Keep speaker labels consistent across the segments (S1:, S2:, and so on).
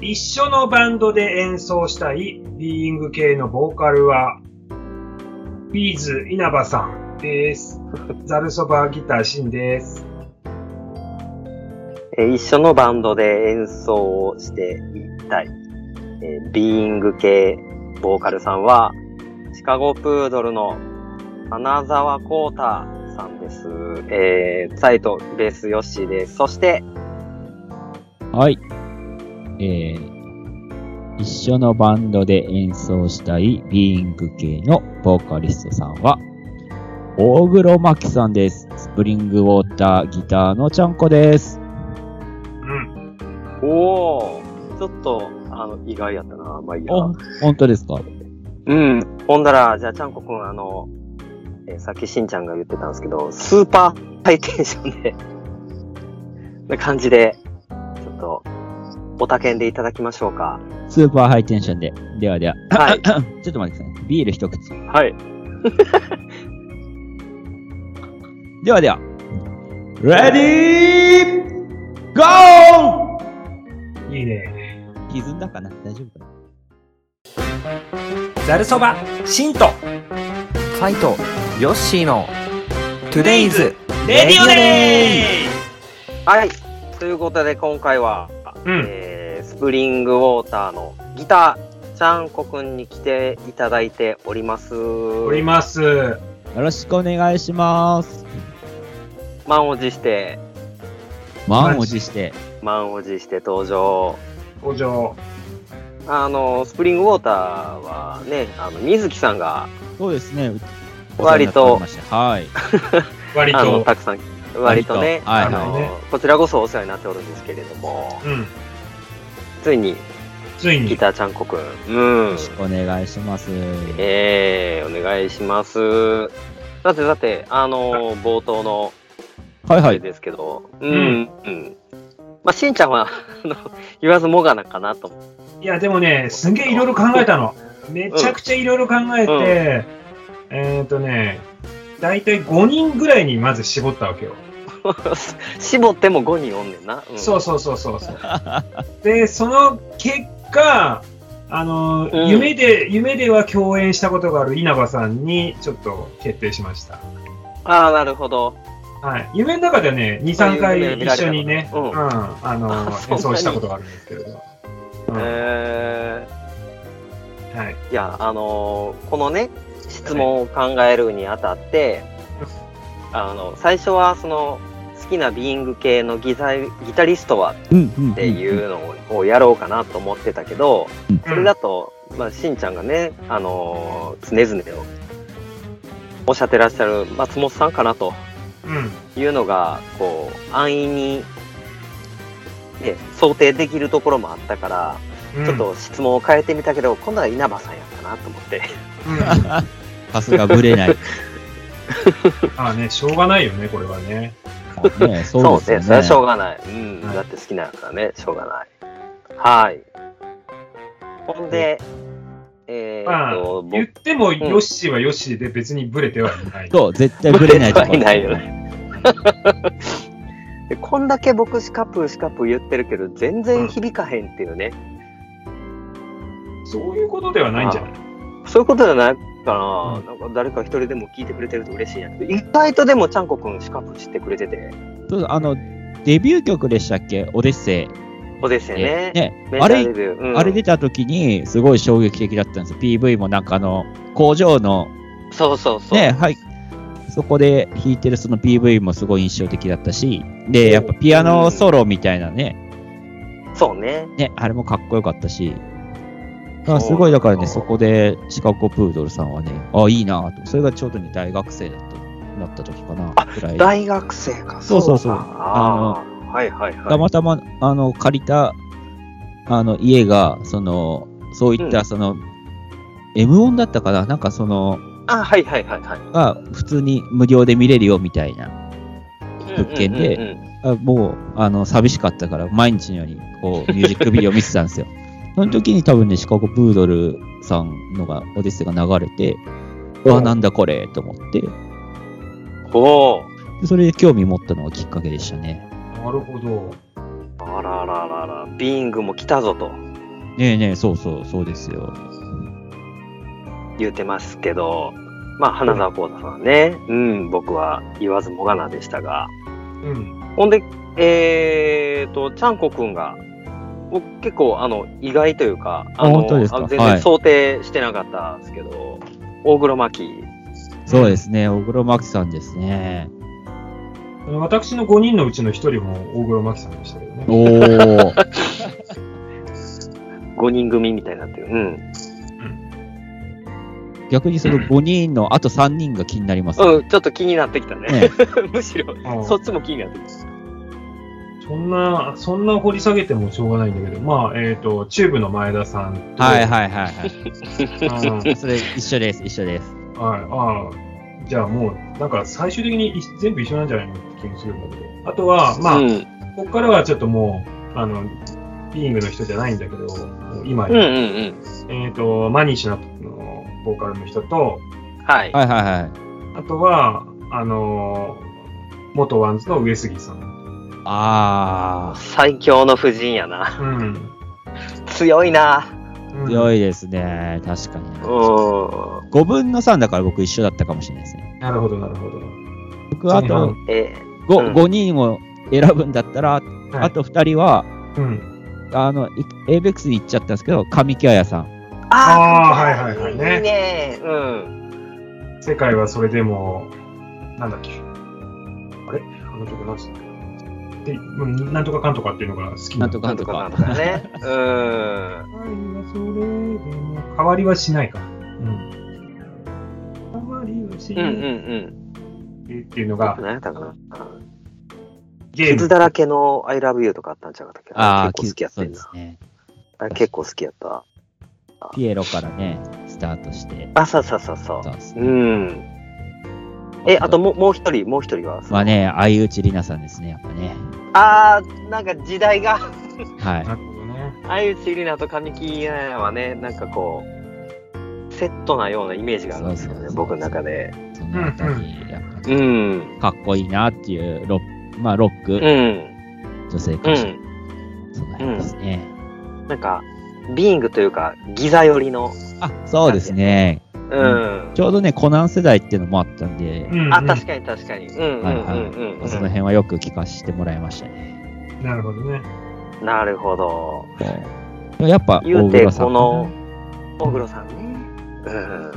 S1: 一緒のバンドで演奏したいビーイング系のボーカルは、ビーズ稲葉さんです。ザルそばギターシンです。
S2: えー一緒のバンドで演奏をしていたい。えービーイング系ボーカルさんは、シカゴプードルの花沢光太さんです。えー、サイトベースヨッシーです。そして、
S3: はい。えー、一緒のバンドで演奏したいビーイング系のボーカリストさんは、大黒摩季さんです。スプリングウォーターギターのちゃんこです。
S1: うん。
S2: おー、ちょっと、あの、意外やったな。まあいいや。
S3: お、本当ですか
S2: うん。ほんだら、じゃあ、ちゃんこくん、あの、えーさっきしんちゃんが言ってたんですけど、スーパーハイテンションで、 な感じで、ちょっと、おたけんでいただきましょうか。
S3: スーパーハイテンションで。ではで は、
S2: は い。
S3: ちょっと待ってください。ビール一口。
S2: はい。
S3: ではでは、レディーゴー
S1: いいね。
S3: 歪んだかな大丈夫かな
S1: ザルそば、シンと、
S4: ファイトヨッシーのトゥデイズ
S1: レディオで
S2: はい。ということで、今回は、
S1: ーうん。
S2: えースプリングウォーターのギター、ちゃんこくんに来ていただいております。
S1: おります。
S3: よろしくお願いします。
S2: 満を持して、
S3: 満を持して。
S2: 満を持して登場。
S1: 登場。
S2: あの、スプリングウォーターはね、あの、水木さんが、
S3: そうですね。
S2: 割と
S3: お世話になっておりましたはい。
S1: 割
S2: あの、
S1: と。
S2: たくさん、割とね、
S3: はい
S1: は
S2: あ
S1: い
S2: の、こちらこそお世話になっておるんですけれども、
S1: うん。
S2: ついに、
S1: ついに
S2: ギ。ターちゃんこくん、うん
S3: よろ、しくお願いします。
S2: えー、お願いします。さてさて、あの、冒頭の、
S3: はい
S2: あ
S3: は
S2: れ
S3: い。
S2: ですけど、うん、うん。まあ、しんちゃんは、あの、言わずもがなかなと思う。
S1: いや、でもね、すんげえいろいろ考えたの。めちゃくちゃいろいろ考え
S2: うん
S1: て、えっ、ー、とね、だいたい5人ぐらいにまず絞ったわけよ。
S2: 絞っても5人おんねんな。うん、
S1: そうそうそうそうそう。で、その結果、あの、
S2: うん
S1: 夢で、夢では共演したことがある稲葉さんにちょっと決定しました。
S2: ああ、なるほど。
S1: はい。夢の中ではね、2、3回一緒にね、う、
S2: うんん
S1: あの
S2: あそん、なに
S1: 演奏したことがあるんですけれど。うん
S2: えー。
S1: はい。
S2: いや、あのーこのね、質問を考えるにあたって、あの、最初はその、好きなビーイング系のギタギタリストはっ
S3: うんうん。
S2: ていうのををやろうかなと思ってたけど、
S1: そ
S2: それだと、まあ、しんちゃんがね、あのー常々おっしゃってらっしゃる松本さんかなと
S1: うん。
S2: いうのが、こう、安易に、ね、想定できるところもあったから、
S1: うん
S2: ちょっ、と質問を変えてみたけど、今度は稲葉さんやったなと思って。
S1: うん、
S3: さすがぶれない。
S1: まあね、しょうがないよね、これはね。
S3: ね、
S2: そ
S3: そうう
S2: ですね。
S3: です
S2: それ
S3: よ
S2: は
S3: ね
S2: し。ょうがない。うん。
S1: はい
S2: だって好きなんだからね、しょうがない。はい。ほんで、え
S1: ま
S2: ーっ
S1: あ
S2: と、、
S1: 言っ
S2: 僕
S1: ても、ヨッシーはヨッシーで別にブレてはいない。
S3: そう、絶対ぶれないとこ
S2: ぶれないよ でこんだけ僕シカプーシカプー言ってるけど、全然響かへんっていうね。
S1: そういうことではないんじゃない
S2: そういうことじゃないかな。
S1: うん
S2: なんか誰か一人でも聞いてくれてると嬉しいんやけど、意外とでもちゃんこくんシカプー知ってくれてて、
S3: そうあの、デビュー曲でしたっけオデッセイ。
S2: そうですよね。
S3: ね、
S2: メジャ
S3: あ
S2: ーデ
S3: れ、
S2: ビュー、うん
S3: あれ出た時に、すごい衝撃的だったんですよ。PV もなんかあの、工場の、
S2: そうそうそう。
S3: ね、はい。そこで弾いてるその PV もすごい印象的だったし、で、やっぱピアノソロみたいなね、
S2: そうね。
S3: ね、あれもかっこよかったし、だからすごいだからね、
S2: そ
S3: そうこでシカゴプードルさんはね、あ、いいなぁと。それがちょうどね、大学生だった、なった時かな、くらい。
S2: 大学生か。
S3: そうそうそう
S2: かああ。はいはいはい。
S3: たまたま、あの、借りた、あの、家が、その、そういっ
S2: う
S3: た、その、M 音だったかななんかその、
S2: あ、はいはいはいはい。
S3: が、普通に無料で見れるよ、みたいな。物件で
S2: うんうんうん
S3: あもう、あの、寂しかったから、毎日のように、こう、ミュージックビデオ見てたん ですよ。その時に多分ね、シカゴプードルさんのが、オデッセイが流れて、うわ、なんだこれ、と思って、
S2: うんおお。
S3: でそれで興味持ったのがきっかけでしたね。
S1: なるほど。
S2: あらあらあらあら、ビーイングも来たぞと。
S3: ねえねえ、そうそう、そうですよ。
S2: 言うてますけど、まあ、花澤香太さんね、うん、僕は言わずもがなでしたが。
S1: うん。
S2: ほんで、えーと、ちゃんこくんが、僕結構、あの、意外というか、
S3: あ
S2: の、
S3: 本当ですか
S2: あの全
S3: はい
S2: 然想定してなかったんですけど、大黒摩季、
S3: そうですね、小黒摩季さんですね。
S1: あの私の5人のうちの1人も大黒摩季さんでしたけどね。
S3: おー。
S2: 5人組みたいになってる。うん。
S3: 逆にその5人の、あと3人が気になりますね。
S2: うん、ちょっと気になってきたね。
S3: ね
S2: むしろ、
S1: ああ
S2: そっちも気になってきた。
S1: そんな、そんな掘り下げてもしょうがないんだけど、まあ、えっ、と、チューブの前田さんと、
S3: はいはいはいはい。
S1: うん
S3: それ一緒 です、一緒です。
S1: はい、ああ、じゃあもう、なんか最終的に一全部一緒なんじゃないのって気もするんだけど。あとは、まあ、
S2: うん、
S1: ここからはちょっともう、あの、ビーイングの人じゃないんだけど、もう今、
S2: うん、うん、うん。
S1: えっ、と、マニーシナのボーカルの人と、
S2: はい。
S3: はいはいはい。
S1: あとは、あのー元ワンズの上杉さん。
S3: あ
S2: 最強の夫人やな。
S1: うん。
S2: 強いな。
S1: う
S3: ー、
S1: ん
S3: 強いですね。確か
S2: う
S3: に。
S2: ん。
S3: 5分の3だから僕一緒だったかもしれないですね。
S1: なるほど、なるほど。
S3: 僕あ
S1: 前半
S3: と
S2: え
S3: 5,、
S2: うん
S3: 5人を選ぶんだったら、あと2人は、
S1: うん。
S3: あの、い ABEX に行っちゃったんですけど、神木彩さん。
S2: ー、
S1: あーはいはいはいね
S2: いいね。うん。
S1: 世界はそれでも、なんだっけ。あれあの曲なんすかで、うんなんとかかんとかっていうのが好きな
S3: な
S1: ん
S3: と
S2: な
S3: かなんん
S2: と
S3: と
S2: かなん
S3: か
S2: と。か ね。うん。
S1: 変わりはそれでも変わりはしないか。うん。変わりはし
S2: うん
S1: な
S2: う
S1: い
S2: ん
S1: っていうの
S2: うん。
S1: が、
S2: 何やったかな。うん
S1: ゲー
S2: 傷
S1: ム。
S2: だらけの I love you とかあったんちゃうかったっけ
S3: あ
S2: あ
S3: あ、
S2: れ結構好きやった
S3: そうんです
S2: な。
S3: ね。
S2: あれ結構好きやった。
S3: ピエロからね、スタートして。
S2: あ、そうそうそうそ
S3: そうです
S2: う。
S3: ね
S2: うん。え、あともうもう一人、もう一人はその
S3: まあね、相内里奈さんですね、やっぱね。
S2: あー、なんか時代が、
S3: はい。
S1: なるほどね。
S2: 相内里奈と神木彩はね、なんかこう、セットなようなイメージがあるんですよ
S3: そうそう
S2: ね
S3: そ、う
S2: 僕の中で。
S3: そのあたり、やっぱり
S2: うん。
S3: かっこいいなっていう、ロック、まあ、ロック、
S2: うん。
S3: 女性歌
S2: う
S3: 手、
S2: ん。
S3: その辺ですね。
S2: なんか、ビーングというか、ギザ寄りの。
S3: あ、そうですね。
S2: うん。
S3: ちょうどね、コナン世代っていうのもあったんで、
S1: うん、
S2: あ、確かに確かに。うんうん
S3: はいは
S2: う
S3: い
S2: んうん
S3: まあその
S2: う
S3: 辺はよく聞かせてもらいましたね。
S1: に。なるほどね。
S2: ん。なるほど。
S3: こうでもやっぱ、
S2: 言
S3: 大
S2: うて、
S3: 黒さん
S2: こ
S3: かな。
S2: の、大黒さんね。うん。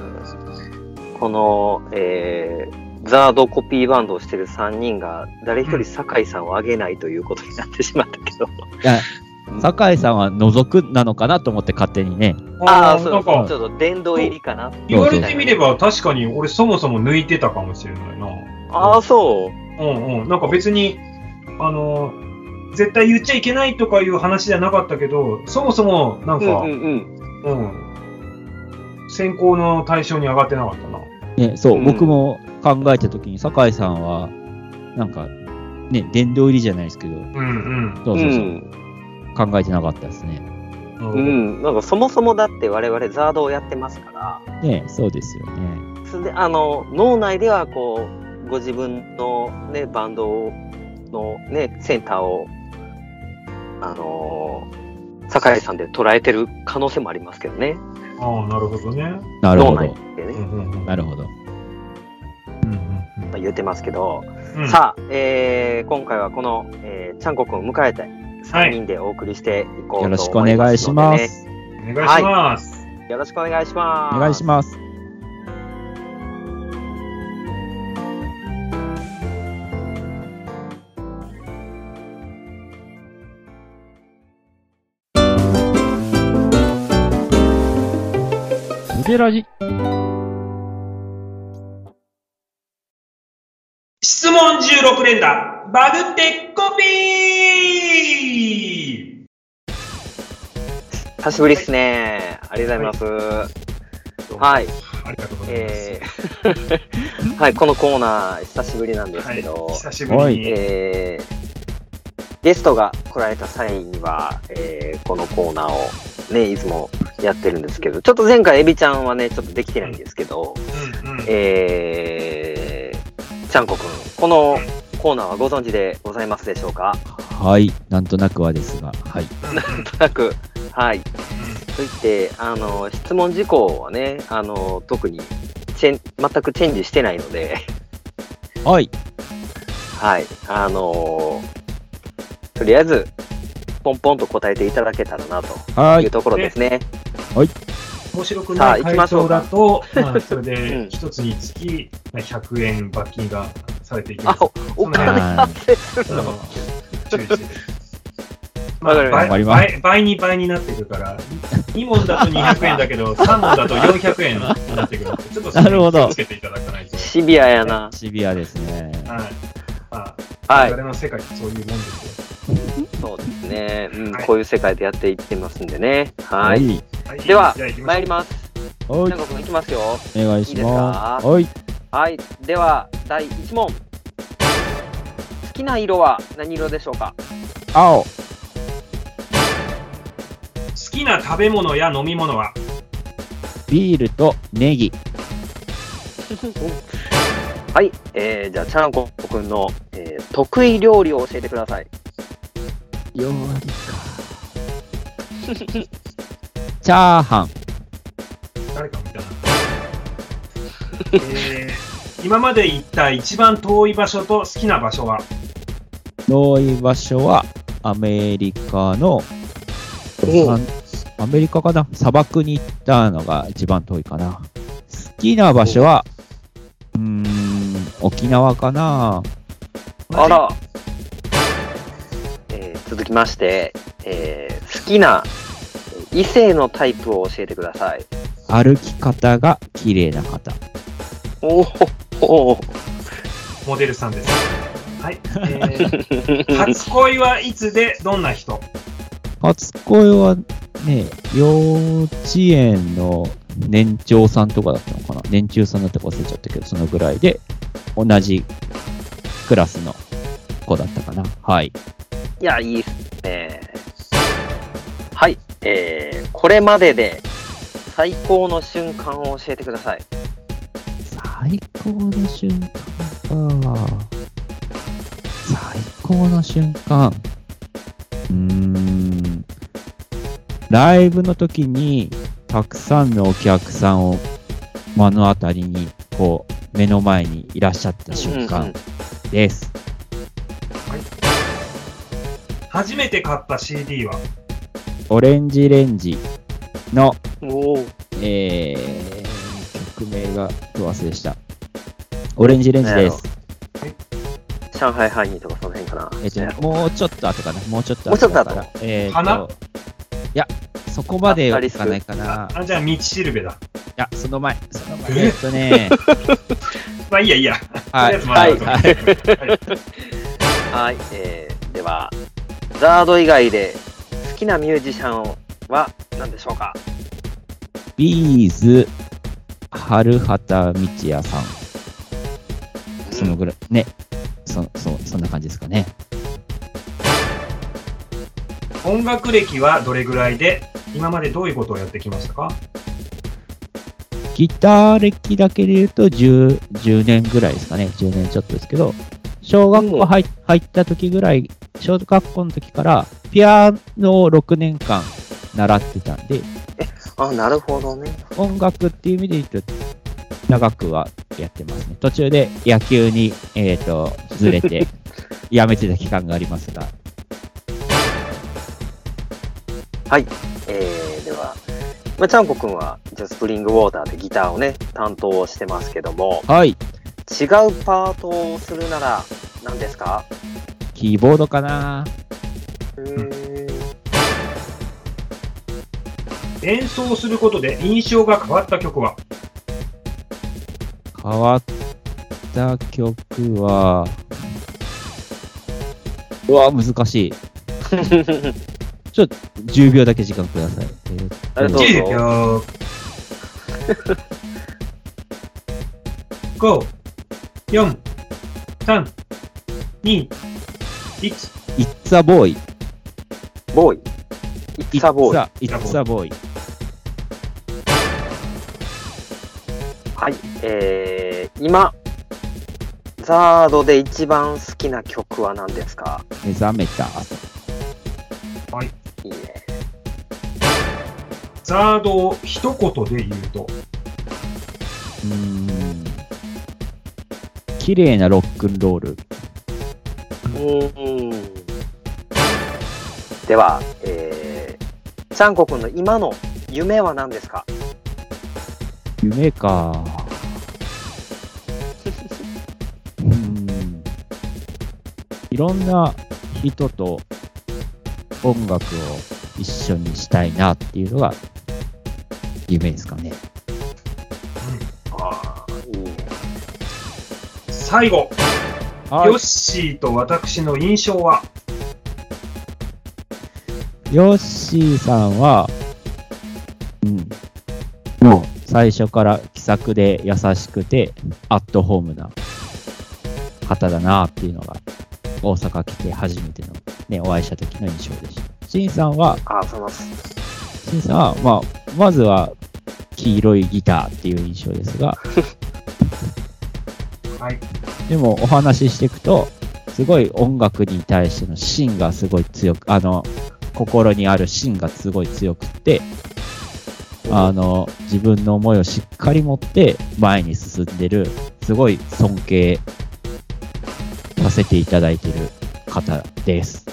S2: この、えー、ザードコピーバンドをしてる3人が、誰一人酒井さんをあげないということになってしまったけど。
S3: 酒井さんは覗くなのかなと思って勝手にね。
S2: ああ、
S1: ー
S2: そう
S1: なん
S2: そう。ち
S1: か、
S2: ょっと殿堂入りかな。
S1: 言われてみれば確かに俺そもそも抜いてたかもしれないな。
S2: ああ、そう。
S1: うんうん。なんか別に、あのー、絶対言っちゃいけないとかいう話じゃなかったけど、そもそも、なん
S2: うん
S1: か、
S2: うんうん。
S1: うん。選考の対象に上がってなかったな。
S3: ね、そう、
S2: うん
S3: 僕も考えた時に、酒井さんは、なんか、ね、殿堂入りじゃないですけど、
S1: うん
S3: そう
S2: う
S3: そうそう、
S2: ん。
S3: 考えてなかったですね。
S1: うん。
S2: うん。なんか、そもそもだって我々ザードをやってますから。
S3: ね、そうですよね。
S2: すであの脳内ではこうご自分の、ね、バンドの、ね、センターを、あのー酒井さんで捉えてる可能性もありますけどね
S1: ああ、なるほどね。
S3: なるほ
S2: 脳内
S3: ど。
S2: でね、
S1: うんうんうん。
S3: なるほど。
S2: まあ、言ってますけど、
S1: うん
S2: さあ、えー今回はこの、えーちゃんこくんを迎えて
S1: は
S2: 3
S1: い、
S2: 人でお送りしていこ
S3: よ
S2: う
S3: ろ
S2: と
S3: しくお
S2: 思いま
S3: 願い
S2: す
S3: し
S2: ので、ね、
S3: ます。
S1: お願いします。
S2: よろしくお願いします
S3: お願いします。ヌデラジ
S1: 質問16連打、バグってコピー
S2: 久しぶりですねありがとうございます、はい
S1: ありがとうございます。
S2: えー はい、このコーナー、久しぶりなんです
S1: は
S2: け
S1: い、
S2: ど、
S1: 久しぶりに。
S2: えーゲストが来られた際には、えーこのコーナーを、ね、いつもやってるんですけど、ちょっと前回、エビちゃんはね、ちょっとできてないんですけど、
S1: うんうん
S2: えー、ちゃんこくん、このコーナーはご存知でございますでしょうか
S3: はい、なんとなくはですが、はい。
S2: なんとなく、はい。といって、あの、質問事項はね、あの、特にチェン、全くチェンジしてないので、
S3: はい。
S2: はい。あのとりあえず、ポンポンと答えていただけたらなと。
S3: はいいう
S2: ところですね。
S1: 面白く
S2: さ
S1: な
S2: あ
S1: い
S2: 行き
S1: 回
S2: ましょ
S1: 答
S2: うか
S1: だと、ま あ、それ
S2: うん
S1: で一つにつきまあ100円罰金がされていきま
S2: あ
S1: す。、
S2: おお金発生す
S1: あ
S2: るの。
S1: の注意してねま
S2: わ
S1: あ
S2: かりました
S3: わか
S1: 倍
S3: りま
S1: 倍倍に倍になってくるから、2問だと200円だけど、3問だ と400円になってくるので、ちょっとそれ
S3: なるほ
S1: に気
S3: ど
S1: をつけていただかないと。
S2: シビアやな。
S3: シビアですね。
S1: はい。まあ、
S2: は
S1: 我
S2: い。
S1: 々の世界ってそういうもんですよ。
S2: そうですね。うん、
S1: はい
S2: こういう世界でやっていってますんでね。はい。
S3: はい。
S1: はい
S2: では
S1: じゃあ行きましょ
S2: 参
S1: う
S2: ります。
S3: はい
S2: なんか行きますよ。
S3: お願い
S2: いい
S3: し
S2: ですか
S3: ます。はい。
S2: はい。では、第1問。好きな色は何色でしょうか
S3: 青、
S1: 好きな食べ物や飲み物は、
S3: ビールとネギ。
S2: はい。えー、じゃあ、チャンコくんの、えー得意料理を教えてください。
S3: 料理か。チャーハン。
S1: 誰か見たな。えー、今まで行った一番遠い場所と好きな場所は、
S3: 遠い場所はアメリカの、さんアメリカかな砂漠に行ったのが一番遠いかな。好きな場所は、うーん、沖縄かな。
S2: あら。えー、続きまして、えー、好きな異性のタイプを教えてください。
S3: 歩き方が綺麗な方。
S2: お お。
S1: モデルさんです。はい。えー 初恋はいつでどんな人
S3: 初恋はね、幼稚園の年長さんとかだったのかな年中さんだったか忘れちゃったけど、そのぐらいで、同じクラスの子だったかな。はい。
S2: いや、いいっすね。はい。えー、これまでで最高の瞬間を教えてください。
S3: 最高の瞬間か。最高の瞬間。うーん。ライブの時に、たくさんのお客さんを目の当たりに、こう、目の前にいらっしゃった瞬
S2: うんう
S3: 間
S2: ん
S3: です。
S1: 初めて買った CD は、
S3: オレンジレンジの、
S2: おお。
S3: えー、曲名がど忘れした。オレンジレンジです。
S2: 上海ハイニーとかその辺かな。
S3: えっとね、もうちょっと後かな。もうちょっと
S2: もうちょっと
S3: だ
S2: 後
S3: から。えーと
S1: 花
S3: いや、そこまではいかないかな。い
S1: あ、じゃあ、道しるべだ。
S3: や、その前。その
S1: え
S3: 前。えっとね、
S1: まあ、いいや、いいや。
S3: は
S1: とりあえ
S3: い。
S1: ず回ると思うはい
S2: はい。えー、では、ザード以外で好きなミュージシャンは何でしょうか
S3: ビーズ、春畑道也さん。そのぐらい。ね。そ、そ、そんな感じですかね。
S1: 音楽歴はどれぐらいで、今までどういうことをやってきましたか
S3: ギター歴だけで言うと10、10年ぐらいですかね。10年ちょっとですけど、小学校入入った時ぐらい、小学校の時から、ピアノを6年間習ってたんで、
S2: あ、なるほどね。
S3: 音楽っていう意味で言うと、長くはやってますね。途中で野球に、えっ、と、ずれて、やめてた期間がありますが、
S2: えー、では、まあ、ちゃんこくんは、じゃあスプリングウォーターでギターをね、担当してますけども、
S3: はい、
S2: 違うパートをするなら何ですか
S3: キーボードかな
S2: うーん
S1: 演奏することで印象が変わった曲は、
S3: 変わった曲は、うわ、難 しい。ちょっと10秒だけ時間ください。えーと
S2: ありがとう
S1: 10秒。5、4、3、2、1。
S3: It's a boy.
S2: ボーイ。イッサボーイ。
S3: a, it's a boy.
S2: はい。えー、今、ザードで一番好きな曲は何ですか
S3: 目覚めた後。
S2: いいね。
S1: ザードを一言で言うと、
S3: うーん。綺麗なロックンロール。
S2: では、えー、ちゃんこくんの今の夢は何ですか
S3: 夢か。うーん。いろんな人と音楽を一緒にしたいなっていうのが夢ですかね。
S2: ああ、いいね。
S1: 最後、
S3: はい
S1: ヨッシーと私の印象は、
S3: ヨッシーさんは、うん、もう最初から気さくで優しくて、アットホームな方だなっていうのが、大阪来て初めての、ね、お会いした時の印象でした。シンさんは、
S2: ああ、そうます。
S3: シンさんは、まあ、まずは、黄色いギターっていう印象ですが、
S1: はい、
S3: でもお話ししていくと、すごい音楽に対しての芯がすごい強く、あの、心にある芯がすごい強くって、あの、自分の思いをしっかり持って前に進んでる、すごい尊敬させていただいてる方です。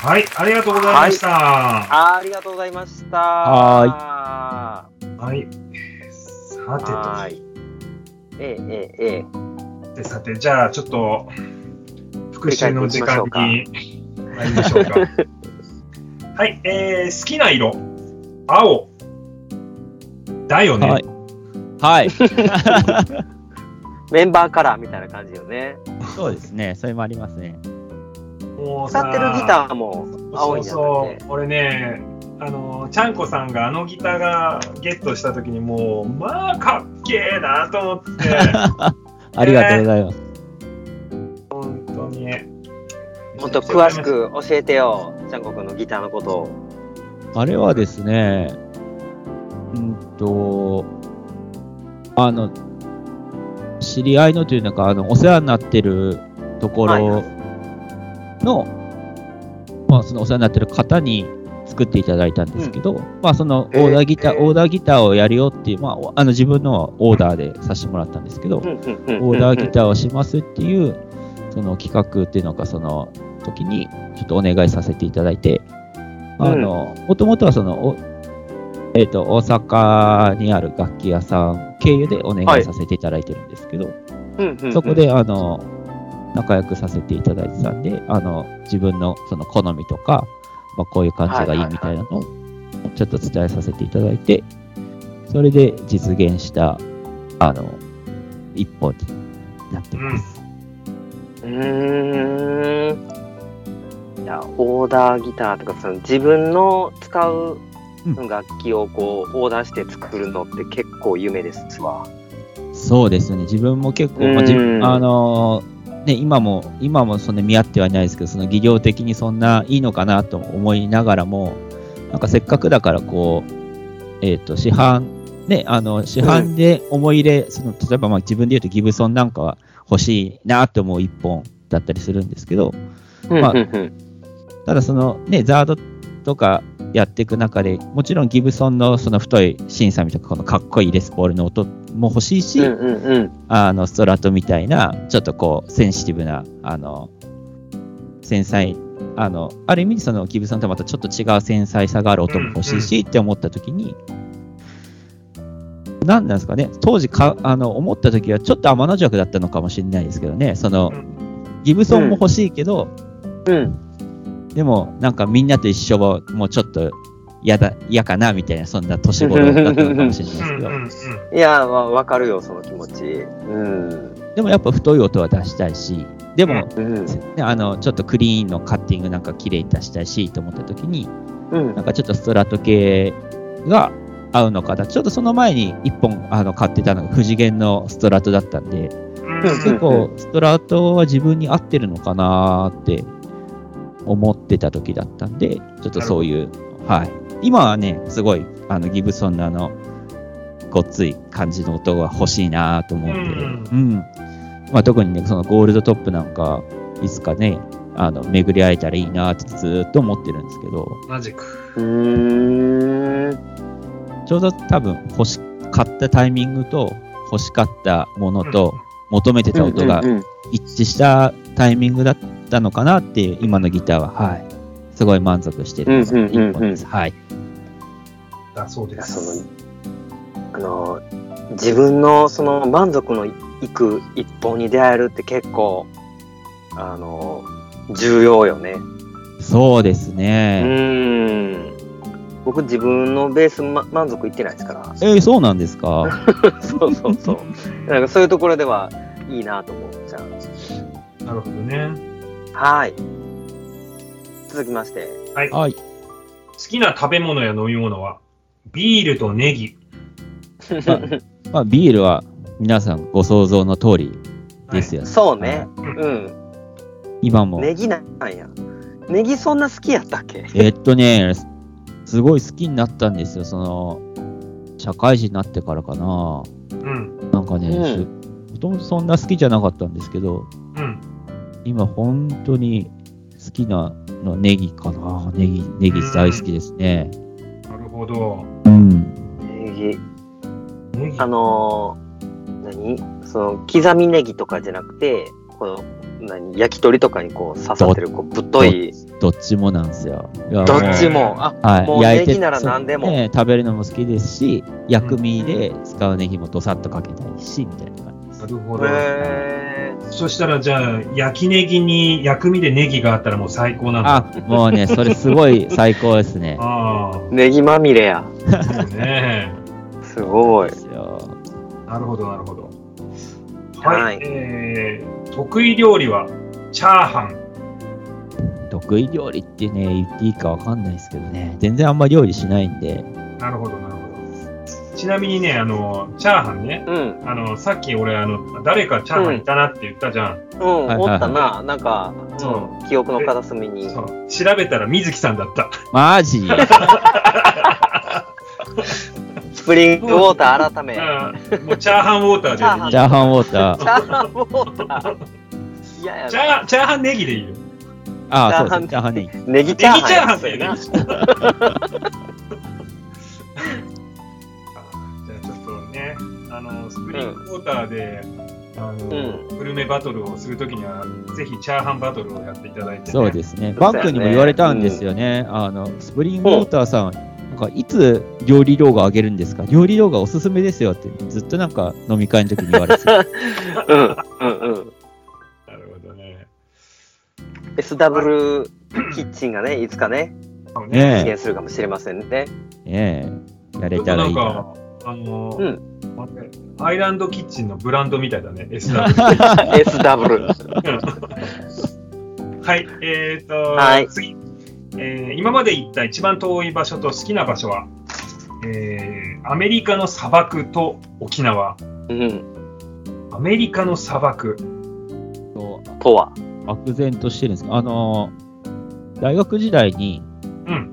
S1: はい、ありがとうございました。は。
S2: あーありがとうございました。
S3: はい
S1: さてと。
S2: はーい。えええええ
S1: でさて、じゃあちょっと、復習の時間に参りましょう か。はい、えー、好きな色、青。だよね。
S3: はい。はい。
S2: えメンバーカラーみたいな感じよね。
S3: そうですね。それもありますね。
S1: もう
S2: 使
S1: さ
S2: ってるギターも青いんじゃな
S1: そう
S2: くて
S1: そう。俺ね、あの、ちゃんこさんがあのギターがゲットした時にもう、まあ、かっけえなと思って、
S3: ありがとうございます。
S1: 本当に。
S2: もっと詳しく教えてよ、ちゃんこくんのギターのことを。
S3: あれはですね、うんと、あの、知り合いのというのか、あの、お世話になってるところの、まあ、そのお世話になってる方に作っていただいたんですけど、まあ、そのオーダーギター、
S2: えー
S3: オーダーギターをやるよっていう、まあお、あの、自分のオーダーでさせてもらったんですけど、
S2: うんうんうんうん
S3: オーダーギターをしますっていう、その企画っていうのか、その時にちょっとお願いさせていただいて、あの、もともとはその、おえっ、と、大阪にある楽器屋さん経由でお願いさせていただいてるんですけど、
S2: うんうんうん
S3: そこ。で、あの、仲良くさせていただいてたんで、あの、自分のその好みとか、まあ、こういう感じがいいみたいなのをちょっと伝えさせていただいて、それで実現した、あの、一本になってます。
S2: うーん。いや、オーダーギターとか、その自分の使う
S3: うん
S2: 楽器をこう、オーダーして作るのって結構夢ですわ。
S3: そうですね、自分も結構、まあ、
S2: うん
S3: 自分あのね、今も、今もそんな見合ってはいないですけど、その技量的にそんないいのかなと思いながらも、なんかせっかくだから、こう、えっ、と、市販、ね、あの、市販で思い入れ、その例えばまあ自分で言うとギブソンなんかは欲しいなと思う一本だったりするんですけど、まあ
S2: うんうんうん
S3: ただそのね、ザードとかやっていく中で、もちろんギブソンのその太い審査みたいな、このかっこいいレスポールの音も欲しいし、
S2: うんうんうん。
S3: あの、ストラトみたいな、ちょっとこう、センシティブな、あの、繊細、あの、ある意味、その、ギブソンとはまたちょっと違う繊細さがある音も欲しいし、って思った時に、なんなんですかね、当時か、あの、思った時は、ちょっと天の弱だったのかもしれないですけどね、その
S1: う、ん
S3: ギブソンも欲しいけど、
S2: うん。
S3: でも、なんかみんなと一緒は、もうちょっと、嫌だ、嫌かな、みたいな、そんな年頃だったのかもしれないですけ
S1: うん
S3: ど
S1: う、んうん
S2: いや、わ、わかるよ、その気持ち。うん。
S3: でもやっぱ太い音は出したいし、でも、
S2: うん。
S3: ね、あのちょっとクリーンのカッティングなんか綺麗に出したいしと思った時に
S2: うん
S3: な。んかちょっとストラト系が合うのかなちょっとその前に1本あの買ってたのが不次元のストラトだったんで
S1: うん
S2: う
S3: 結
S2: ん
S3: 構ストラトは自分に合ってるのかなーって思ってた時だったんでちょっとそういう、はい、今はねすごいあのギブソンのあのごっつい感じの音が欲しいなと思うんで、
S1: うん
S3: うんまあ、特にねそのゴールドトップなんかいつかねあの、巡り会えたらいいなってずーっと思ってるんですけど、
S1: 同じく。
S2: うーん。
S3: ちょうど多分欲しかったタイミングと、欲しかったものと、求めてた音が
S2: うんうん
S3: 一致したタイミングだったのかなっていう、今のギターは、はい。すごい満足して
S2: う
S3: る
S2: んうんうんうん
S3: 一本ですはい。
S1: うんだそうで
S2: いや
S1: す。
S2: そのあの自分のその満足のいく一本に出会えるって結構あの重要よね。
S3: そうです
S2: う
S3: ね。
S2: ん。僕自分のベース、ま、満足いってないですか
S3: えーそうなんですか。
S2: ら。 そうそうそう。なんかそういうところではいいなと思っちゃう。
S1: なるほどね。
S2: はい。続きまして。
S1: はい。好
S3: はい。
S1: きな食べ物や飲み物は、ビールとネギ。
S3: まあ、ビールは皆さんご想像の通りですよね。
S2: そうね。
S1: はい
S2: うん。
S3: 今も。
S2: ネギなんや。ネギそんな好きやったっけ
S3: えーっとね、すすごい好きになったんですよ。その、社会人になってからかな。
S1: うん。
S3: なんかね、
S2: う
S3: すもともとそんな好きじゃなかったんですけど、
S1: うん。
S3: 今本当に好きなのはネギかな。ネギ、ネギ大好きですね。
S1: なるほど。
S3: うん。
S2: ネギ。
S1: ネギ。
S2: あのー何その刻みネギとかじゃなくて、この何焼き鳥とかにこう刺さってるこうぶっとい、
S3: どっちもなんですよ。いや
S2: ど
S3: もう
S2: っちも、あ
S3: はい、
S2: もう
S3: 焼いて
S2: ネギなら何でも
S3: そうね食べるのも好きですし、薬味で使うネギもどさっとかけたりし、みたいな感じです
S1: な。るほど。
S2: へ
S1: そしたら、じゃあ、焼きネギに薬味でネギがあったらもう最高なんだ。
S3: あ、も うね、それすごい最高ですね。
S1: あ
S2: ー、ネギまみれや。
S1: あ、そうね。
S2: すごい
S3: で。すよ
S1: なるほど、なるほど。はい。
S2: はい
S1: えー、得意料理は、チャーハン。
S3: 得意料理ってね、言っていいかわかんないですけどね、全然あんま料理しないんで、
S1: なるほど、なるほど。ちなみにね、あの、チャーハンね、
S2: うん、
S1: あの、さっき俺、あの、誰かチャーハンいたなって言ったじゃん。
S2: うん、
S3: はいはい
S2: おったな、なんか、
S1: そ
S2: 記憶の片隅に。
S1: そう調べたら水木さんだった。
S3: マ ジ
S2: スプリングウォーター改め。チ
S1: あーもうチャーハンウォーターでいい
S3: チャーハンウォータ
S2: ャ
S3: ー。
S2: ーハンウォーター。いやや
S1: チャーハンチャーハンネギでいいよ。ネ
S3: ああ、
S2: チャーハ
S3: そ
S2: ン
S3: うです。チャーハンネギ。
S2: ネギ
S1: ギ
S2: チ
S1: チ
S2: ャ
S1: ャ
S2: ー
S1: ー
S2: ハン。
S1: ハンだ よね。じゃあちょっとね、あのスプリングウォーターで、あのグルメバトルをするときには、ぜひチャーハンバトルをやっていただいて、ね。
S3: そうですね。
S2: そ
S3: バ
S2: うだよね
S3: ンクにも言われたんですよね。あの、スプリングウォーターさん、なんかいつ料理動画上げるんですか料理動画おすすめですよって、ずっとなんか飲み会の時に言われて
S2: う
S3: た
S2: ん、うん、うん。
S1: なるほどね。
S2: SW キッチンがね、いつかね、
S1: そう
S3: ねえ
S2: 実現するかもしれませんね。
S3: ねえ、や
S1: ち
S3: れ
S1: ょっと
S3: たら
S1: ない
S3: い
S1: ん
S3: な。
S1: か、あの、
S2: う
S1: 待ってアイランドキッチンのブランドみたいだね、SW。
S2: SW。
S1: はい、えーと、
S2: はい
S1: 次、えー今まで行った一番遠い場所と好きな場所は、えーアメリカの砂漠と沖縄。
S2: うん、
S1: アメリカの砂漠。
S3: そう
S2: とは。
S3: 漠然としてるんですけどあの、大学時代に、
S1: うん。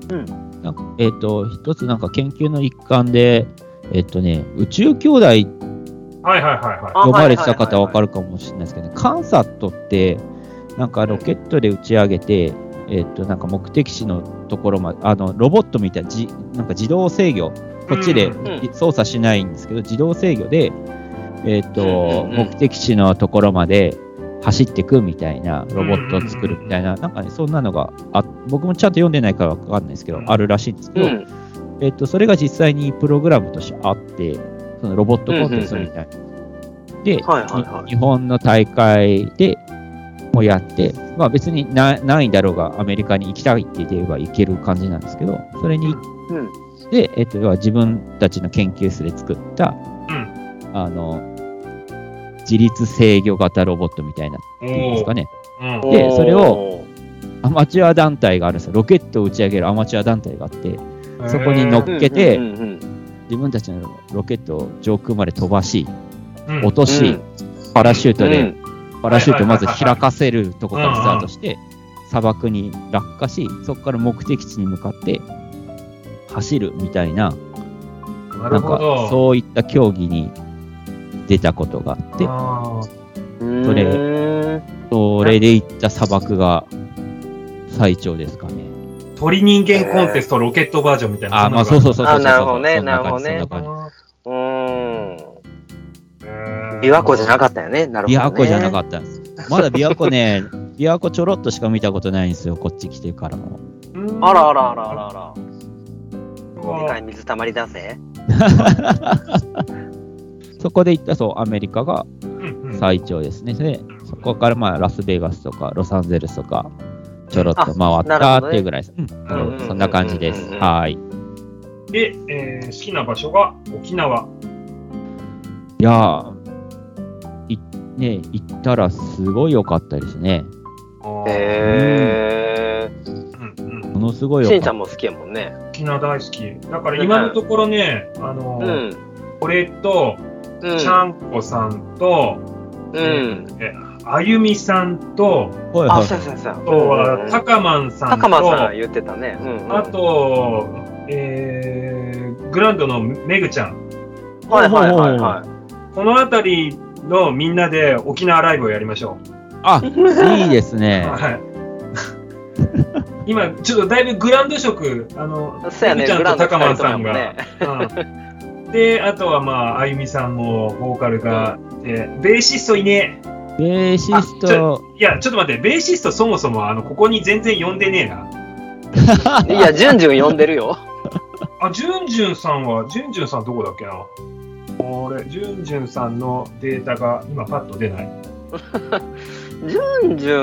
S3: なんか、えっ、と、一つなんか研究の一環で、えっ、とね、宇宙兄弟って
S1: はいはいはいは
S2: あ
S3: 呼ばれてた方
S2: はいはいはいはい
S3: わかるかもしれないですけどね、カンサットって、なんかロケットで打ち上げて、えっと、なんか目的地のところまで、あの、ロボットみたいな、じなんか自動制御、
S1: い。
S3: こっちで
S1: うん
S2: うん
S3: 操作しないんですけど、自動制御で、えっと、
S2: うんうんう
S3: 目
S2: ん
S3: 的地のところまで走ってくみたいな、ロボットを作るみたいな、なんかね、そんなのがあ、僕もちゃんと読んでないからわかんないですけど
S1: う、ん
S3: あるらしいんですけ
S2: う
S3: ど、
S2: ん、
S3: えっと、それが実際にプログラムとしてあって、そのロボットコンテストみたいな。で、
S2: はいはいはい
S3: に日本の大会でもやって、まあ別にな何位だろうがアメリカに行きたいって言えば行ける感じなんですけど、それに行
S2: うん、
S3: って、えっと、要は自分たちの研究室で作った、
S1: うん
S3: あの、自律制御型ロボットみたいなっていうんですかね。
S1: うん
S3: でそれ
S2: を、
S3: アマチュア団体があるんですよ。ロケットを打ち上げるアマチュア団体があって、そこに乗っ
S2: うん
S3: けて
S2: うんうん
S3: 自分たちのロケットを上空まで飛ばし、
S1: うん
S3: 落と
S2: う
S3: し
S2: ん、
S3: パラシュート
S2: う
S3: で
S2: ん
S3: パラシュートをまず開かせるとこからスタートして、砂漠に落下し、そこから目的地に向かって走るみたいな、
S1: な
S3: な
S1: る
S3: ん
S1: ほ
S3: か
S1: ど。
S3: そういった競技に出たことがあって、
S1: あー
S2: うん
S3: それ
S2: うん
S3: それで行った砂漠が最長ですかね。
S1: 鳥人間コンテストロケットバージョンみたいな。
S3: あー、まあそうそうそうそうそう。
S2: あなるほどね
S3: そん
S2: な
S3: 感じ
S2: るほどね
S3: そん感じ
S2: うーん。
S1: うん
S2: 琵琶湖じゃなかったよね。なるほど、ね。
S3: 琵琶湖じゃなか
S2: っ
S3: ったんです。まだ琵琶湖ね、 琵琶湖ちょろっとしか見たことないんですよ、こっち来てからも。
S1: うん
S2: あらあらあらあらあら。
S1: うわ
S2: でかい水たまりだぜ。
S3: そこで行ったそう、アメリカが
S1: うんうん
S3: 最長ですね。で、そこからまあラスベガスとかロサンゼルスとか、ちょろっと回った
S2: あなるほ
S3: っ
S2: どね
S3: ていうぐらいです。うん、なるほ
S2: うんうんうんうんう
S3: ど
S2: ん
S3: そんな感じです。はい。
S1: で、えー好きな場所が沖縄。
S3: いやー、いね、行ったらすごい良かったですね。
S2: へ
S1: うんうん
S3: ものすごい
S2: ー。し
S3: 良かっ
S2: んちゃ
S3: た。
S2: んも好きやもんね。
S1: 沖縄大好き。だから今のところね、あの
S2: う
S1: ー、
S2: ん。
S1: 俺と、
S2: うん。
S1: ちゃんこさんと、
S2: うん。
S1: えあゆみさんと、
S3: はい
S2: あ、
S3: はい
S2: そうそうそう。
S1: あとは、た
S2: 高
S1: かまんさんと、
S2: 間さん言ってたね。うん、うん。
S1: あ、と、えーグランドのめぐちゃん。
S2: はいはいはいは
S1: このあたりのみんなで沖縄ライブをやりましょ
S3: あ、いいです
S1: う。
S3: ね。
S1: はい。 今、ちょっとだいぶグランド色、あ の、
S2: い。そうや
S1: め
S2: ね、
S1: ぐちゃ
S2: グ
S1: ん
S2: ラ
S1: と
S2: ンド
S1: たかま
S2: 二
S1: ん
S2: 人と
S1: さ
S2: も
S1: ん
S2: やもんね
S1: が。。うんで、あとはまあ、あゆみさんもボーカルが、でベーシストいねえ。
S3: ベーシスト、
S1: いや、ちょっと待って、ベーシストそもそも、あの、ここに全然呼んでねえな。
S2: いや、じゅんじゅん呼んでるよ。
S1: あ、じゅんじゅんさんは、じゅんじゅんさんどこだっけな俺、じゅんじゅんさんのデータが今パッと出ない。
S2: じゅんじゅ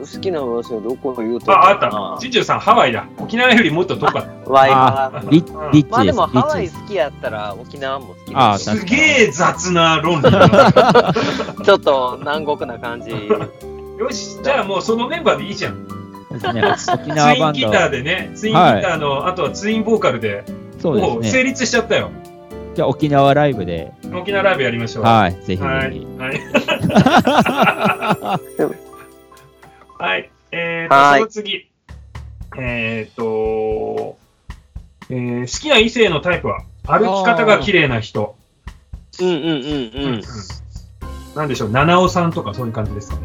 S2: ん好きな場所どこ言うと
S1: あ、あった。じゅんじゅんさん、ハワイだ。沖縄よりもっと 遠かっ
S2: た。ワイハ
S3: リリッチ
S1: うん
S3: です。
S2: まあでもハ
S3: リッチ
S2: ワイ
S3: です。
S2: 好きやったら沖縄も好き
S3: あ
S1: た。
S2: だ
S3: ー
S2: し
S3: 確かに
S1: すげえ雑な論 理だな。
S2: ちょっと南国な感じ。
S1: よし、じゃあもうそのメンバーでいいじゃん。
S3: そうですね沖
S1: ツ
S3: 縄
S1: イ
S3: バ
S1: ン
S3: ン
S1: ギ
S3: ド
S1: タ。ーでね、ツインギターの、あとはツインボーカルで、
S3: そ
S1: も
S3: う
S1: う
S3: ですね
S1: 成。立しちゃったよ。
S3: じゃあ沖縄ライブで、
S1: 沖縄ライブやりましょう。
S3: はい、ぜひぜひ。
S1: はい。はい。はい。えーと、
S2: はい
S1: その次。えーと、えー好きな異性のタイプは、歩き方が綺麗な人。
S2: うんうん
S1: う
S2: うん
S1: なんでしょう、七尾さんとかそういう感じですかね。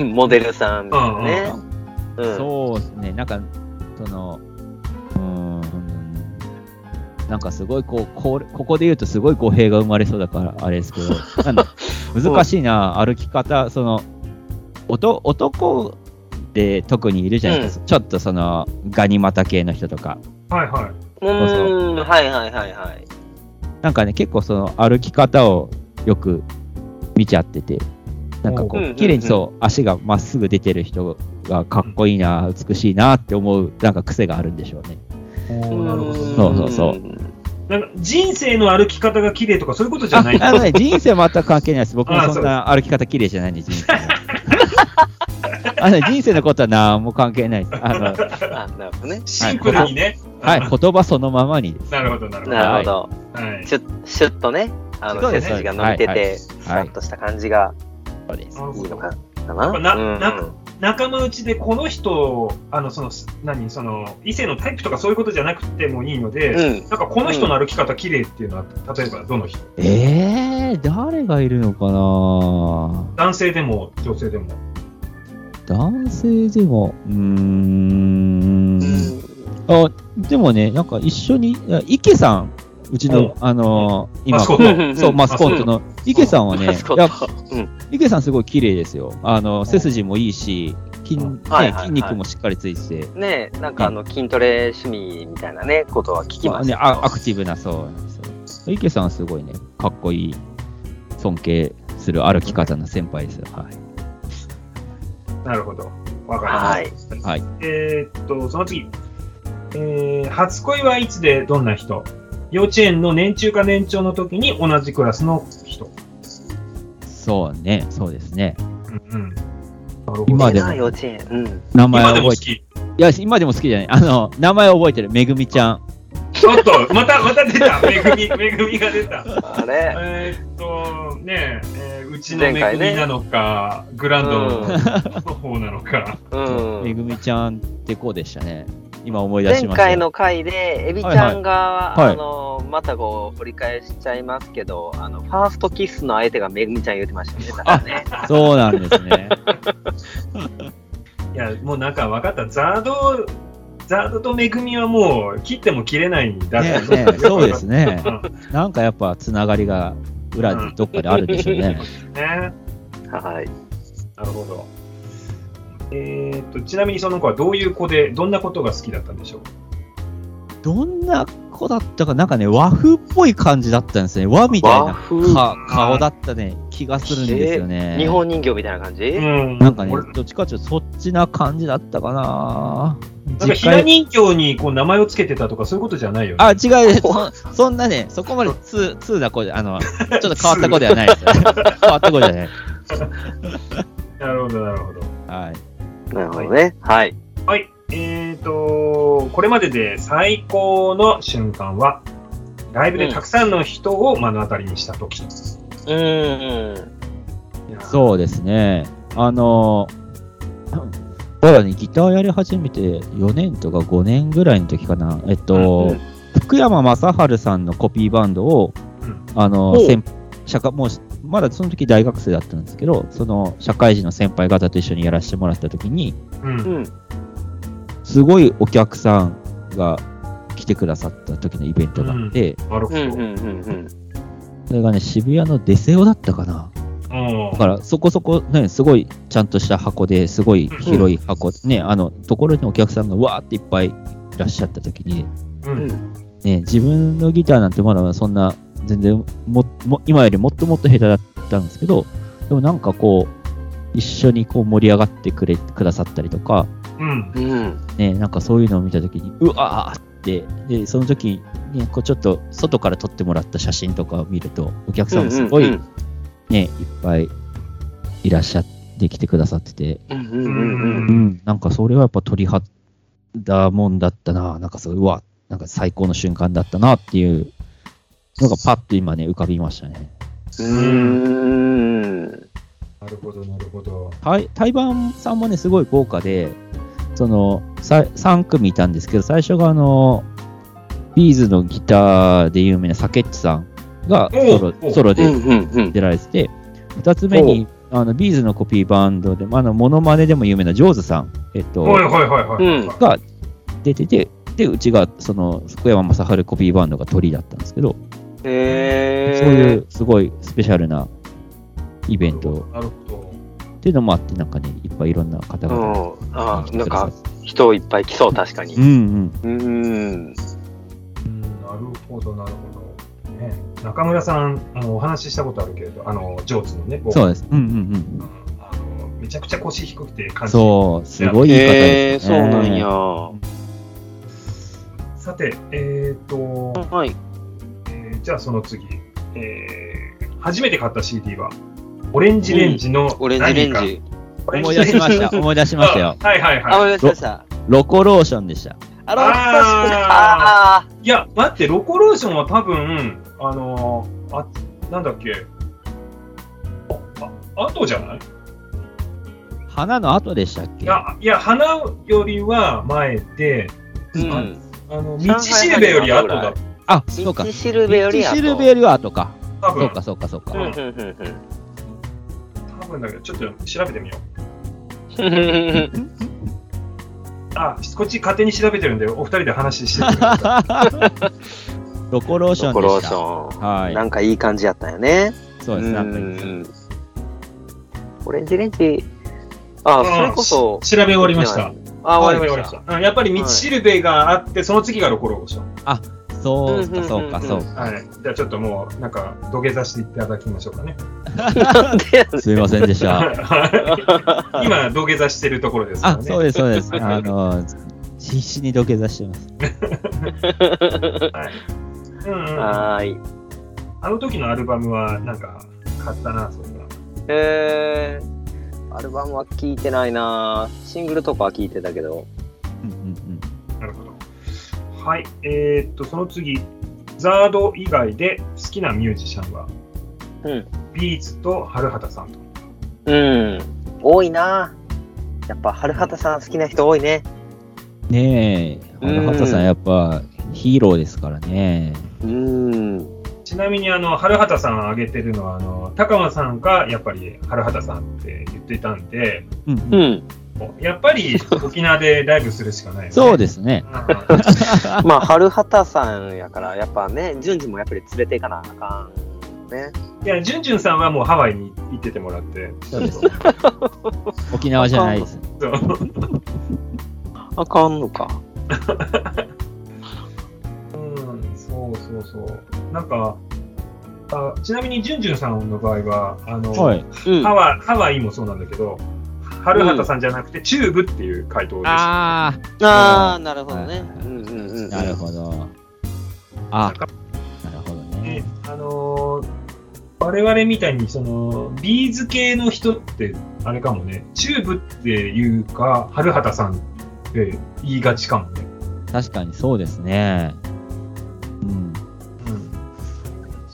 S2: うん。 モデルさんみたいなね。うん。
S3: そうですね、なんか、その、うーん、なんかすごいこう、こうここで言うとすごい語弊が生まれそうだから、あれですけど、な んだ難しいな、歩き方、その、おと男で特にいるじゃないですか、ちょっとその、ガニ股系の人とか、
S1: はいはい。
S3: うそう
S2: うん。はいはいはいはい。
S3: なんかね、結構その歩き方をよく見ちゃってて、なんかこ
S2: うんうんうん
S3: う、綺麗にそう、足がまっすぐ出てる人がかっこいいな、美しいなって思う、なんか癖があるんでしょうね。
S1: おーなるほどね。
S3: そうそうそう
S1: なんか人生の歩き方が綺麗とかそういうことじ
S3: あ
S1: ゃない。
S3: あのね、人生全く関係ないです。僕も
S1: あ
S3: そんな歩き方綺麗じゃないんで、人生。あのね人生のことは何も関係ないです。あの、
S2: あ、なるほどね。
S1: シンプルにね。
S3: はい、言葉そのままにです。
S1: なるほど、なるほど。
S2: なるほど。
S1: はい。
S2: シュッ、シュッとね、あ
S3: そ
S2: の、
S3: う
S2: 背
S3: です
S2: 筋が伸びて
S3: はいは
S2: て、
S3: い
S2: スラッとした感じが
S3: そうです
S1: な。る
S2: い
S1: ほ
S2: い
S1: ど
S2: のかな。
S1: っぱな
S2: うんうん
S1: な仲間内でこの人、あの、その、す何、その、異性のタイプとかそういうことじゃなくてもいいので、
S2: うん。
S1: なんかこの人の歩き方綺麗っていうのは、例えばどの人
S3: えー、誰がいるのか
S1: 男性でも女性でも。
S3: な男性でも、うー
S2: う。
S3: ん
S2: ん
S3: あ、でもね、なんか一緒に、あ池さん、うちの、あのー今、
S1: マスコット
S3: そ
S2: うんうん
S3: う、マスコットの、池さんはね、
S2: マスコ
S3: いや
S2: ットうん
S3: 池さんすごい綺麗ですよ。あの、背筋もいいし、筋、
S1: うん
S3: ね
S2: はいはいはい
S3: 筋肉もしっかりついてて、
S2: ねえ、なんかあの筋トレ趣味みたいなね、ことは聞き
S3: ま
S2: ま
S3: あ
S2: す
S3: ね、あアクティブなそうなんですよ。池さんはすごいね、かっこいい、尊敬する歩き方の先輩ですよ。はい。
S1: なるほど。わかりま
S2: はい。
S1: した。
S3: はい。
S1: えーっと、その次。えー初恋はいつでどんな人幼稚園の年中か年長の時に同じクラスの人。
S3: そうね、そうですね。
S1: うんうん。なるほど。
S3: 今で
S2: いいな
S3: も、
S2: 幼稚園。うん。
S3: 名前
S1: 今
S3: 覚
S1: で
S3: え
S1: も
S3: て
S1: 好、き。
S3: いや、今でも好きじゃない。あの、名前覚えてる、めぐみちゃん。
S1: ちょっと、また、また出 た。めぐみ、めぐみが出た。
S2: あれ
S1: えーっと、ねええーうちのめ
S2: 前回
S1: ぐ
S2: ね
S1: みなのか、グランドの方なのか。
S2: うん。
S3: めぐみちゃんって子でしたね。今思い出し
S2: 前
S3: ました。
S2: 回の回で、エビちゃんが、
S3: はいはいはい
S2: あの、またこう、掘り返しちゃいますけど、あの、ファーストキスの相手がめぐみちゃん言ってましたね。だからね。
S3: そうなんですね。
S1: いや、もうなんか分かった。ザード、ザードとめぐみはもう切っても切れないんだ
S3: ね
S1: って。
S3: ねそうですね
S1: うん。
S3: なんかやっぱつながりが裏でどっかであるんでしょうね。
S1: ね。
S2: はい。
S1: なるほど。えー、とちなみにその子はどういう子で、どんなことが好きだったんでしょう
S3: どんな子だったか、なんかね、和風っぽい感じだったんですね。和みたい
S2: 和
S3: な
S2: 風、
S3: か顔だったね、気がするんですよね。
S2: 日本人形みたいな感じ、
S1: うん
S3: なんかね
S1: 俺、
S3: どっちかっていうとそっちな感じだったかな。
S1: なんかひな人形にこう名前をつけてたとかそういうことじゃないよね。
S3: あ、違うです。そそんなね、そこまで通、通な子じゃ、あの、ちょっと変わった子ではないです。変わった子じゃない。
S1: なるほど、なるほど。
S3: はい。
S2: なるほどね。はい。
S1: はい。えー、と、これまでで最高の瞬間は、ライブでたくさんの人を目の当たりにしたとき。
S2: うーん。
S1: う。
S3: そうですね。あの、僕はね、ギターやり始めて4年とか5年ぐらいの時かな。えっと、福山雅治さんのコピーバンドを、
S1: うん
S3: あの、
S2: おう
S3: 先社会、もう、まだその時大学生だったんですけど、その、社会人の先輩方と一緒にやらせてもらった時に、
S1: う。
S2: うんん。
S3: すごいお客さんが来てくださった時のイベントがあって、
S1: なるほど。
S2: うん。
S1: う
S2: うん。うん。
S3: それがね、渋谷の出世オだったかな。
S1: ん
S3: だから、そこそこね、すごいちゃんとした箱ですごい広い箱、ね、あの、ところにお客さんがわーっていっぱいいらっしゃった時に、
S1: う
S2: うん
S1: ん。
S3: ね、自分のギターなんてまだそんな、全然もも、今よりもっともっと下手だったんですけど、でもなんかこう、一緒にこう盛り上がってくれ、くださったりとか、
S1: うん。
S2: うん。
S3: ね、なんかそういうのを見たときに、うわーって、で、その時ね、こうちょっと外から撮ってもらった写真とかを見ると、お客さんもすごい、
S2: う
S3: ね、
S2: ん
S3: いっぱいいらっしゃってきてくださってて、
S2: うんうんうん
S1: う
S3: うんん、なんかそれはやっぱ鳥肌もんだったな、なんかそう、うわ、なんか最高の瞬間だったなっていうのがパッと今ね、浮かびましたね。
S2: うん。うーん。
S1: なるほど、なるほど。
S3: 台台湾さんもね、すごい豪華で、その、さ3組いたんですけど、最初があの、ビーズのギターで有名なサケッチさんが
S1: おう
S3: ソ
S1: おう
S3: ロソロ
S2: うん
S3: で
S2: うん
S3: 出られてて、2つ目に、あのビーズのコピーバンドで、まああの、モノマネでも有名なジョーズさん、えっと、
S1: はいはいはいはい。
S2: うん
S1: は
S3: が出てて、で、うちが、その、福山雅治コピーバンドが鳥だったんですけど、
S2: うん。へ
S3: そうい
S2: え。
S3: うすごいスペシャルなイベント
S1: なるほど。
S3: っていうのもあって、なんかね、いっぱいいろんな方
S2: う
S3: 々が
S2: ん。あ
S3: 来
S2: ー
S3: て
S2: な
S3: く
S2: ん
S3: ださ
S2: か
S3: って。
S2: 人いっぱい来そう、確かに。
S3: うんうん。
S2: うーん。
S1: うん、なるほど、なるほど。ね、中村さん、あのお話ししたことあるけれど、あの、ジョーズのね、
S3: そう
S1: で
S3: です。うんうんうん。
S1: あのめちゃくちゃ腰低くて感じ
S3: そう、すごいいい方
S2: へえ、
S3: です
S2: そう
S3: ね。
S2: なんや。
S1: さて、えっ、と、
S2: はい。
S1: えーじゃあその次、えー初めて買った CD は、オレンジレンジの
S2: オレンジレ
S1: 何
S2: ン
S1: か、
S2: ジ。
S1: オレン
S3: 思い
S1: ジ
S3: 出
S1: レンジ
S3: しま した。思い出しましたよ。
S1: あはいはい
S2: あ、
S1: はい。
S2: わかりました。
S3: ロコローションでした。
S2: あら、確かに。あ
S1: いや、待って、ロコローションは多分、あのーあ、なんだっけ、あ、あ後じゃない
S3: 花の後でしたっ
S1: い
S3: け
S1: や、いや、花よりは前で、
S2: あ。うん。
S1: あの、道しるべより後だ、
S3: あ、そうか
S2: 道。しるべより
S3: 道
S2: 後
S3: しるべよりは後か。
S1: 多
S3: そ
S1: 分
S3: う、か、そうか、そう
S2: う
S3: か。
S2: んうんうんうん
S1: 多分だけど、ちょっと調べてみよう。
S2: うん
S1: あ、こっち勝手に調べてるんで、お二人で話してみてく ださい
S3: ロコローショ
S2: コ
S3: ンで
S2: ロー
S3: し
S2: シ
S3: た。
S2: ョ
S3: は。
S2: ン。ないんかいい感じやったよね。
S3: そうです。なんかいいです
S2: うんオレンジレンジ。あ、それこそ。
S1: 調べ終わりました。
S2: あ、
S1: 終
S2: 終
S1: わりま
S2: わりま
S1: し
S2: したた。。
S1: うんやっぱり道しるべがあって、その次がロコローション。
S3: そうか、そうか、
S2: うんうん
S3: そ
S2: うん
S3: う
S2: うん
S3: か。
S1: はい。じゃあちょっともう、なんか、土下座していただきましょうかね。
S2: なんでやねん
S3: すいませんで した。
S1: はい 今、土下座してるところですから
S3: あ、
S1: ね。
S3: そうです、そうです。あの、必死に土下座してます。
S1: はいうんうん。
S2: はーい。
S1: あの時のアルバムは、なんか、買ったな、それは。
S2: えー、アルバムは聞いてないなシングルとかは聞いてたけど。
S3: うんうんうん。
S1: なるほど。はい。えーっと、その次。ザード以外で好きなミュージシャンは、
S2: うん。
S1: ビーズと春畑さんと。
S2: うん。多いなやっぱ、春畑さん好きな人多いね。
S3: ねえ、
S2: うん
S3: 花畑さん、やっぱヒーローですからね。
S2: うん。
S1: ちなみにあの春畑さん挙げてるのはあの高間さんがやっぱり春畑さんって言っていたんで
S3: う ん
S2: うん。
S1: やっぱり沖縄でライブするしかないよね。
S3: そうですね。
S1: うん
S2: まあ、春畑さんやから、やっぱね、順次もやっぱり連れていかなあかん。ね。
S1: いや、じゅんじゅんさんはもうハワイに行っててもらって。
S3: そうです沖縄じゃないです。
S1: そう
S2: あかんのか。
S1: うん、そうそうそう。なんか、あちなみにじゅんじゅんさんの場合は、あの、
S3: はい。
S2: うん。
S1: ハワイハワイもそうなんだけど、春畑さんじゃなくて、チューブっていう回答です。
S3: あ
S2: ああ、なるほど
S3: はい
S2: ね。うんうんうんう
S3: あ、
S2: ん。
S3: なるほど。あ
S1: なんか、
S3: なるほど
S1: ね
S3: ね。
S1: あのー我々みたいにそのビーズ系の人ってあれかもねチューブっていうか春畑さんって言いがちかもね、
S3: 確かにそうですね。うん。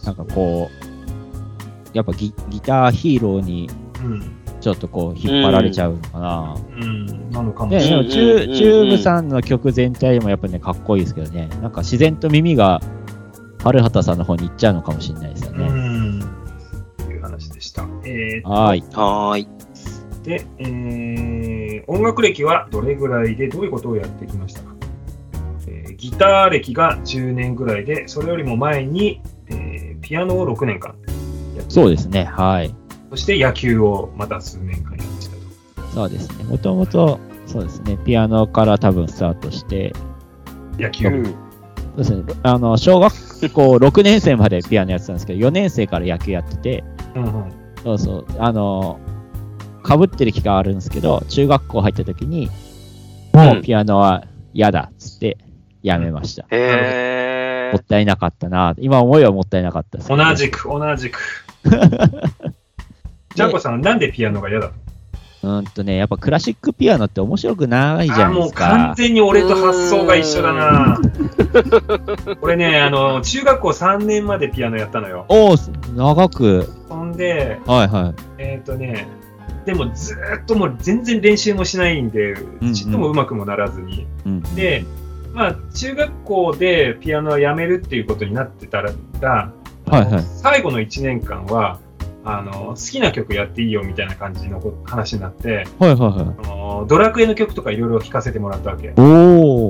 S3: なんかこう、やっぱギギターヒーローに
S1: うん
S3: ちょっとこう引っ張られちゃうのかな。
S1: うん、うん、なのかも
S3: ね、
S1: し
S3: で
S1: れな
S2: う
S3: も
S1: い
S2: ん
S3: チュ
S2: うん
S3: ーチューブさんの曲全体もやっぱね、かっこいいですけどね。なんか自然と耳が、春畑さんの方に行っちゃうのかもしれないですよ
S1: う
S3: ね。
S1: んっていう話でした、えー
S3: はーい。
S2: はーい。
S1: で、えー音楽歴はどれぐらいでどういうことをやってきましたか、えーギター歴が10年ぐらいでそれよりも前に、えーピアノを6年間やって
S3: そうですね。はい。
S1: そして野球をまた数年間やってたと。
S3: そうですね。もともと、そうですね。ピアノから多分スタートして、
S1: 野球。
S2: うん。
S3: そうですね。あの、小学校 6年生までピアノやってたんですけど、4年生から野球やってて、
S1: うんうん
S3: そうそう。あの、かぶってる期間あるんですけど、中学校入った時に、もうピアノは嫌だっつって、やめました。
S2: へ
S3: もったいなかったな。今思いはもったいなかったですけど
S1: 同じく、同 じく。ジャンコさん、なんでピアノが嫌だっ
S3: うーんとね、やっぱクラシックピアノって面白くないじ
S1: た
S3: ゃ
S1: あ、
S3: ないで
S1: もう
S3: すか
S1: 完。全に俺と発想が一緒だ な。俺ね、あの、中学校3年までピアノやったのよ。
S3: おお、長く。
S1: ほんで、
S3: はいはい。
S1: えっ、とね、でもずーっともう全然練習もしないんで、
S3: うん
S1: ちっともうまくもならずに。
S3: うん、
S1: で、まあ、中学校でピアノをやめるっていうことになってたら、
S3: はいはい
S1: 最後の1年間はあの好きな曲やっていいよみたいな感じのこ話になって
S3: はいはいはい。
S1: あのドラクエの曲とかいろいろ聴かせてもらったわけ
S3: お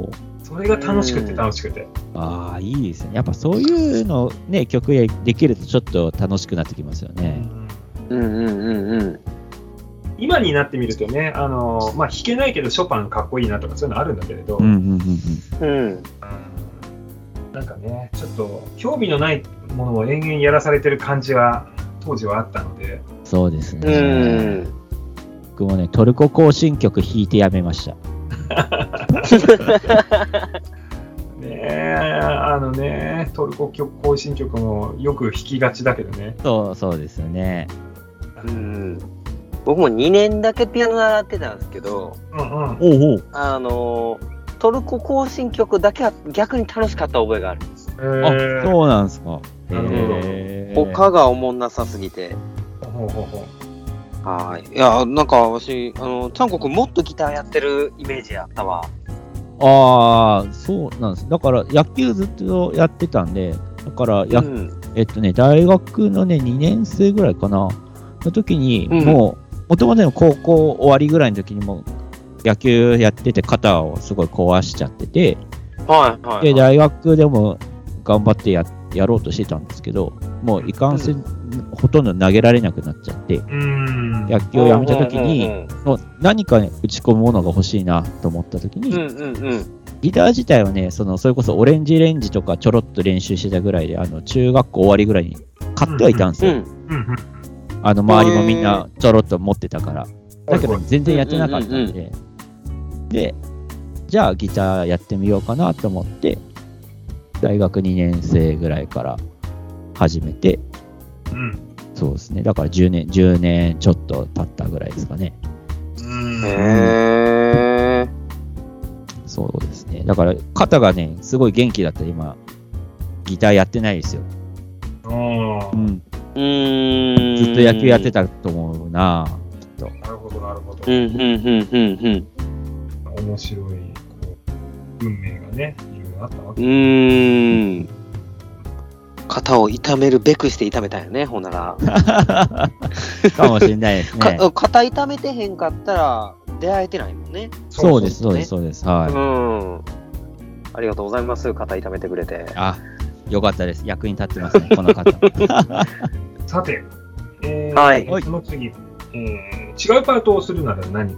S3: お。
S1: それが楽しくて楽しくて
S3: ああ、いいですね。やっぱそういうのね、曲できるとちょっと楽しくなってきますよね。
S2: うんうんうんうん。
S1: 今になってみるとねあの、まあ、弾けないけどショパンかっこいいなとかそういうのあるんだけれど、
S3: うんうんうんうん。
S2: うん。
S1: なんかねちょっと興味のないものを延々やらされてる感じは当時はあったので
S3: そうです
S2: う
S3: ね。
S2: ん。
S3: 僕もね、トルコ行進曲弾いてやめました。
S1: ねえあのねトルコ曲行進曲もよく弾きがちだけどね
S3: そうそうですよね。
S2: うん。僕も2年だけピアノ習ってたんですけど、
S1: うんうん
S3: おうおう。
S2: あのー、トルコ行進曲だけは逆に楽しかった覚えがある。
S1: え
S3: あ、
S1: ー
S3: そうなんですか。
S1: なるほど
S3: へー
S2: 他がおもんなさすぎて。
S1: ほうほうほ
S2: はーい。いや、なんか私、あの、ちゃんこくんもっとギターやってるイメージやったわ。
S3: ああ、そうなんです。だから野球ずっとやってたんで、だからや、
S2: うん。
S3: えっとね、大学のね、2年生ぐらいかな、の時に、
S2: うん
S3: もう、もともと高校終わりぐらいの時にもう、野球やってて肩をすごい壊しちゃってて、
S2: はいはい、
S3: で、
S2: はい。
S3: 大学でも頑張ってややろうとしてたんですけど、もういかんせん、ほとんど投げられなくなっちゃって、
S1: う。うーん。
S3: 野球をやめた時
S2: う
S3: に、
S2: ん
S3: もう何かね打ち込むものが欲しいなと思った時に、
S2: うんうんうんうん。
S3: ギター自体はね、そのそれこそオレンジレンジとかちょろっと練習してたぐらいで、あの中学校終わりぐらいに買ってはいたんです
S2: う
S3: よ。
S2: ん。
S1: うんうん
S3: あの周りもみんなちょろっと持ってたから。だけど全然やってなかったんで。で、じゃあギターやってみようかなと思って、大学2年生ぐらいから始めて、
S1: うん。
S3: そうですね。だから10年、10年ちょっと経ったぐらいですかね。
S1: うん
S2: へえ。
S3: そうですね。だから肩がね、すごい元気だったら今、ギターやってないですよ。
S1: あー
S3: うん。
S2: うーん。
S3: ずっと野球やって。たと思うな。
S1: なるほど、なるほど
S2: うん。うんうんうん
S1: 面白い、こう、運命がね、いろいろあったわ
S2: うん。う
S1: け。
S2: ーん。肩を痛めるべくして痛めたんやね、ほんなら。
S3: かもしれないですね。
S2: か肩痛めてへんかったら、出会えてないもんね。
S3: そうです、そうです、そうです。は
S2: う
S3: い。
S2: ん。ありがとうございます。肩痛めてくれて。
S3: あ、よかったです。役に立って ますね、この方。
S1: さて、えー
S2: はい
S3: はい
S1: その次、えー違うパートをするなら何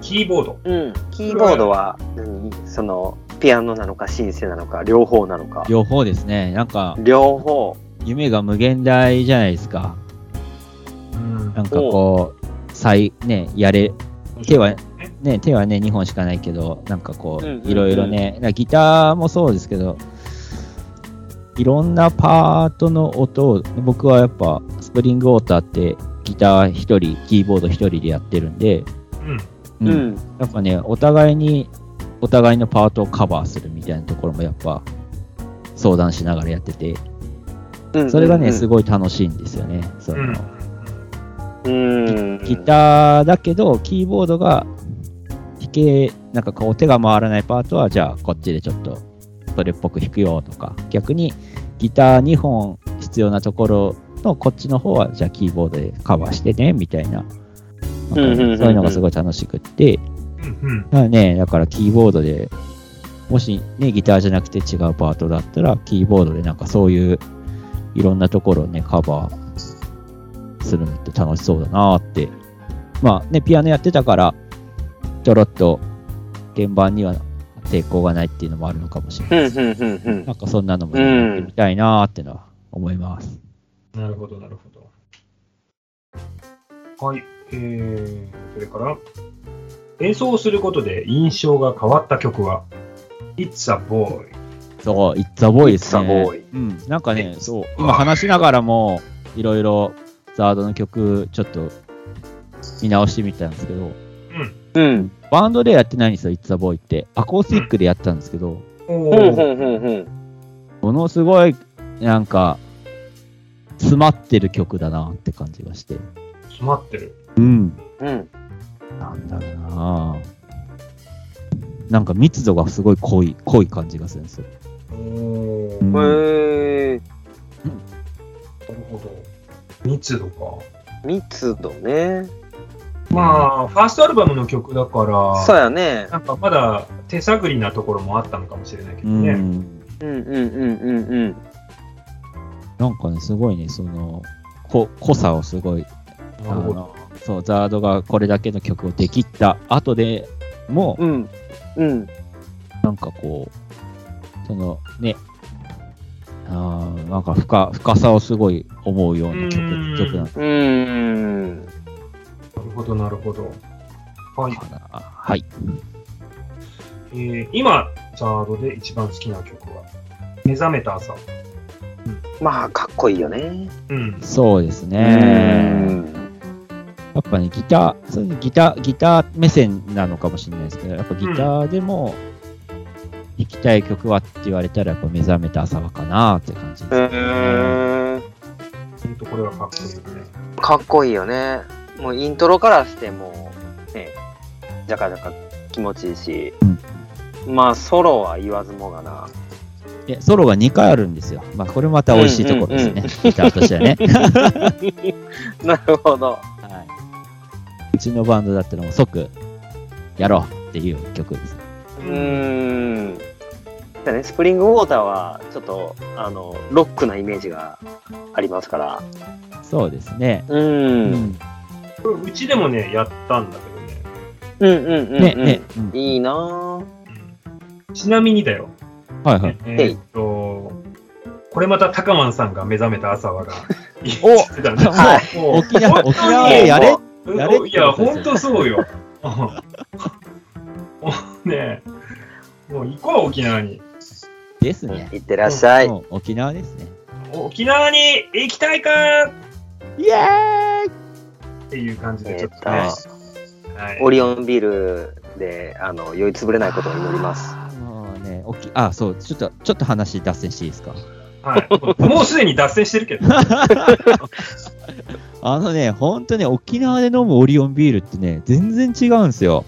S1: キーボード。
S2: うん。キーボードは何そのピアノなのかシンセなのか両方なのか。
S3: 両方ですね。なんか、
S2: 両方。
S3: 夢が無限大じゃないですか。
S1: うん
S3: なんかこう、再、ね、やれ、手は、ね、手はね、2本しかないけど、なんかこ
S2: うんうんう
S3: う、
S2: ん
S3: いろいろね、なんかギターもそうですけど、いろんなパートの音を、僕はやっぱ、スプリングウォーターって、ギター1人、キーボード1人でやってるんで、
S1: うん。
S3: うんやっぱね、お互いに、お互いのパートをカバーするみたいなところもやっぱ、相談しながらやってて、
S2: うん。
S3: それがね、す
S2: ご
S3: ごい楽しいんですよね。その
S1: うん。
S2: い。うん。
S3: ギターだけど、キーボードが弾け、なんかこう手が回らないパートは、じゃあこっちでちょっとそれっぽく弾くよとか、逆にギター2本必要なところのこっちの方は、じゃあキーボードでカバーしてね、みたいな。
S2: うんうんうんうん
S3: そういうのがすごい楽しくって、
S1: うんうん。
S3: だからね、だからキーボードで、もしね、ギターじゃなくて違うパートだったら、キーボードでなんかそういう、いろんなところをね、カバーするのって楽しそうだなーって。まあね、ピアノやってたから、ちょろっと鍵盤には抵抗がないっていうのもあるのかもしれ
S2: うん
S3: ない。
S2: うんうんうん。
S3: なんかそんなのもねやってみたいなーってのは思います。
S1: なるほど、なるほど。はい。えー、それから、演奏をすることで印象が変わった曲は、It's a Boy。
S3: そう、It's a Boy です
S2: It's
S3: ね。
S2: a boy
S3: うん、なんかね、
S1: It's
S3: そう、今話しながらも、いろいろザードの曲、ちょっと見直してみたんですけど、
S1: うん。
S2: うん。
S3: バンドでやってないんですよ、It's a Boy って。アコースティックでやったんですけど、
S1: お
S2: うんう
S1: ー
S2: んうんうん。
S3: ものすごい、なんか、詰まってる曲だなって感じがして。
S1: 詰まってる。
S3: うん。
S2: うん。
S3: なんだろうななんか密度がすごい濃い、濃い感じがするんですよ。
S1: おー
S3: うん
S2: へー。
S1: なるほど。密度か。
S2: 密度ね。
S1: まあ、ファーストアルバムの曲だから、
S2: そうやね。
S1: なんかまだ手探りなところもあったのかもしれないけど
S3: うん、
S1: ね。
S2: うんうんうんうんうん。
S3: なんかね、すごいね、その、こ濃さをすごい
S1: なるほど。
S3: そう、ザードがこれだけの曲をできった後でも、
S2: うん。うん。
S3: なんかこう、そのね、あーなんか深深さをすごい思うような曲
S1: うん
S3: 曲なの
S2: うーん。
S1: なるほど、なるほど。はい。
S3: かな。はい。
S1: えー今、ザードで一番好きな曲は、目覚めた朝。
S2: まあ、かっこいいよね。
S1: うん。
S3: そうです
S2: う
S3: ね。
S2: ん。
S3: やっぱね、ギター、そういうギター、ギター目線なのかもしれないですけど、やっぱギターでも弾きたい曲はって言われたら、やっぱ目覚めた朝はかなって感じです
S2: う
S3: ね。
S2: ーん。
S1: ほんとこれはかっこいいよね。
S2: かっこいいよね。もうイントロからしてもう、ね、じゃかじゃか気持ちいいし。まあ、ソロは言わずもがな。
S3: で、ソロが2回あるんですよ。まあ、これまた美味しいところですね。
S2: うんうんうん
S3: ギターとして はね。
S2: なるほど。
S3: はい、うちのバンドだったらもう即やろうっていう曲です。
S2: うーん。だね、スプリングウォーターは、ちょっと、あの、ロックなイメージがありますから。
S3: そうですね。
S2: う。
S3: うん
S1: これ、うちでもね、やったんだけどね。
S2: うんうんうん、うん。
S3: ね、ね、うん
S2: いいなぁ。
S1: うんちなみにだよ。
S3: はいはい。
S1: えーっと、これまた高ンさんが目覚めた朝はが、
S3: お
S1: 言ってたね
S2: は
S1: もう
S3: 沖縄、
S1: 本
S3: 沖
S1: 当に
S3: 縄でやれやれって
S1: いや、
S3: ことですよ
S1: ほんとそうよ。 うんもうねもう行こう、沖縄に。
S3: ですね。
S2: いってらっしゃい。
S3: もう沖縄ですね。
S1: 沖縄に行きたいかー
S3: イエーイ
S1: っていう感じで、ちょっとね。
S2: え
S1: はい
S2: オリオンビールで、あの、酔いつぶれないことを祈ります。
S3: す。もうね、沖、あ、そう、ちょっと、ちょっと話脱線していいですか。
S1: はい、もうすでに脱線してるけど、
S3: あのね、本当ね、沖縄で飲むオリオンビールってね、全然違うんですよ。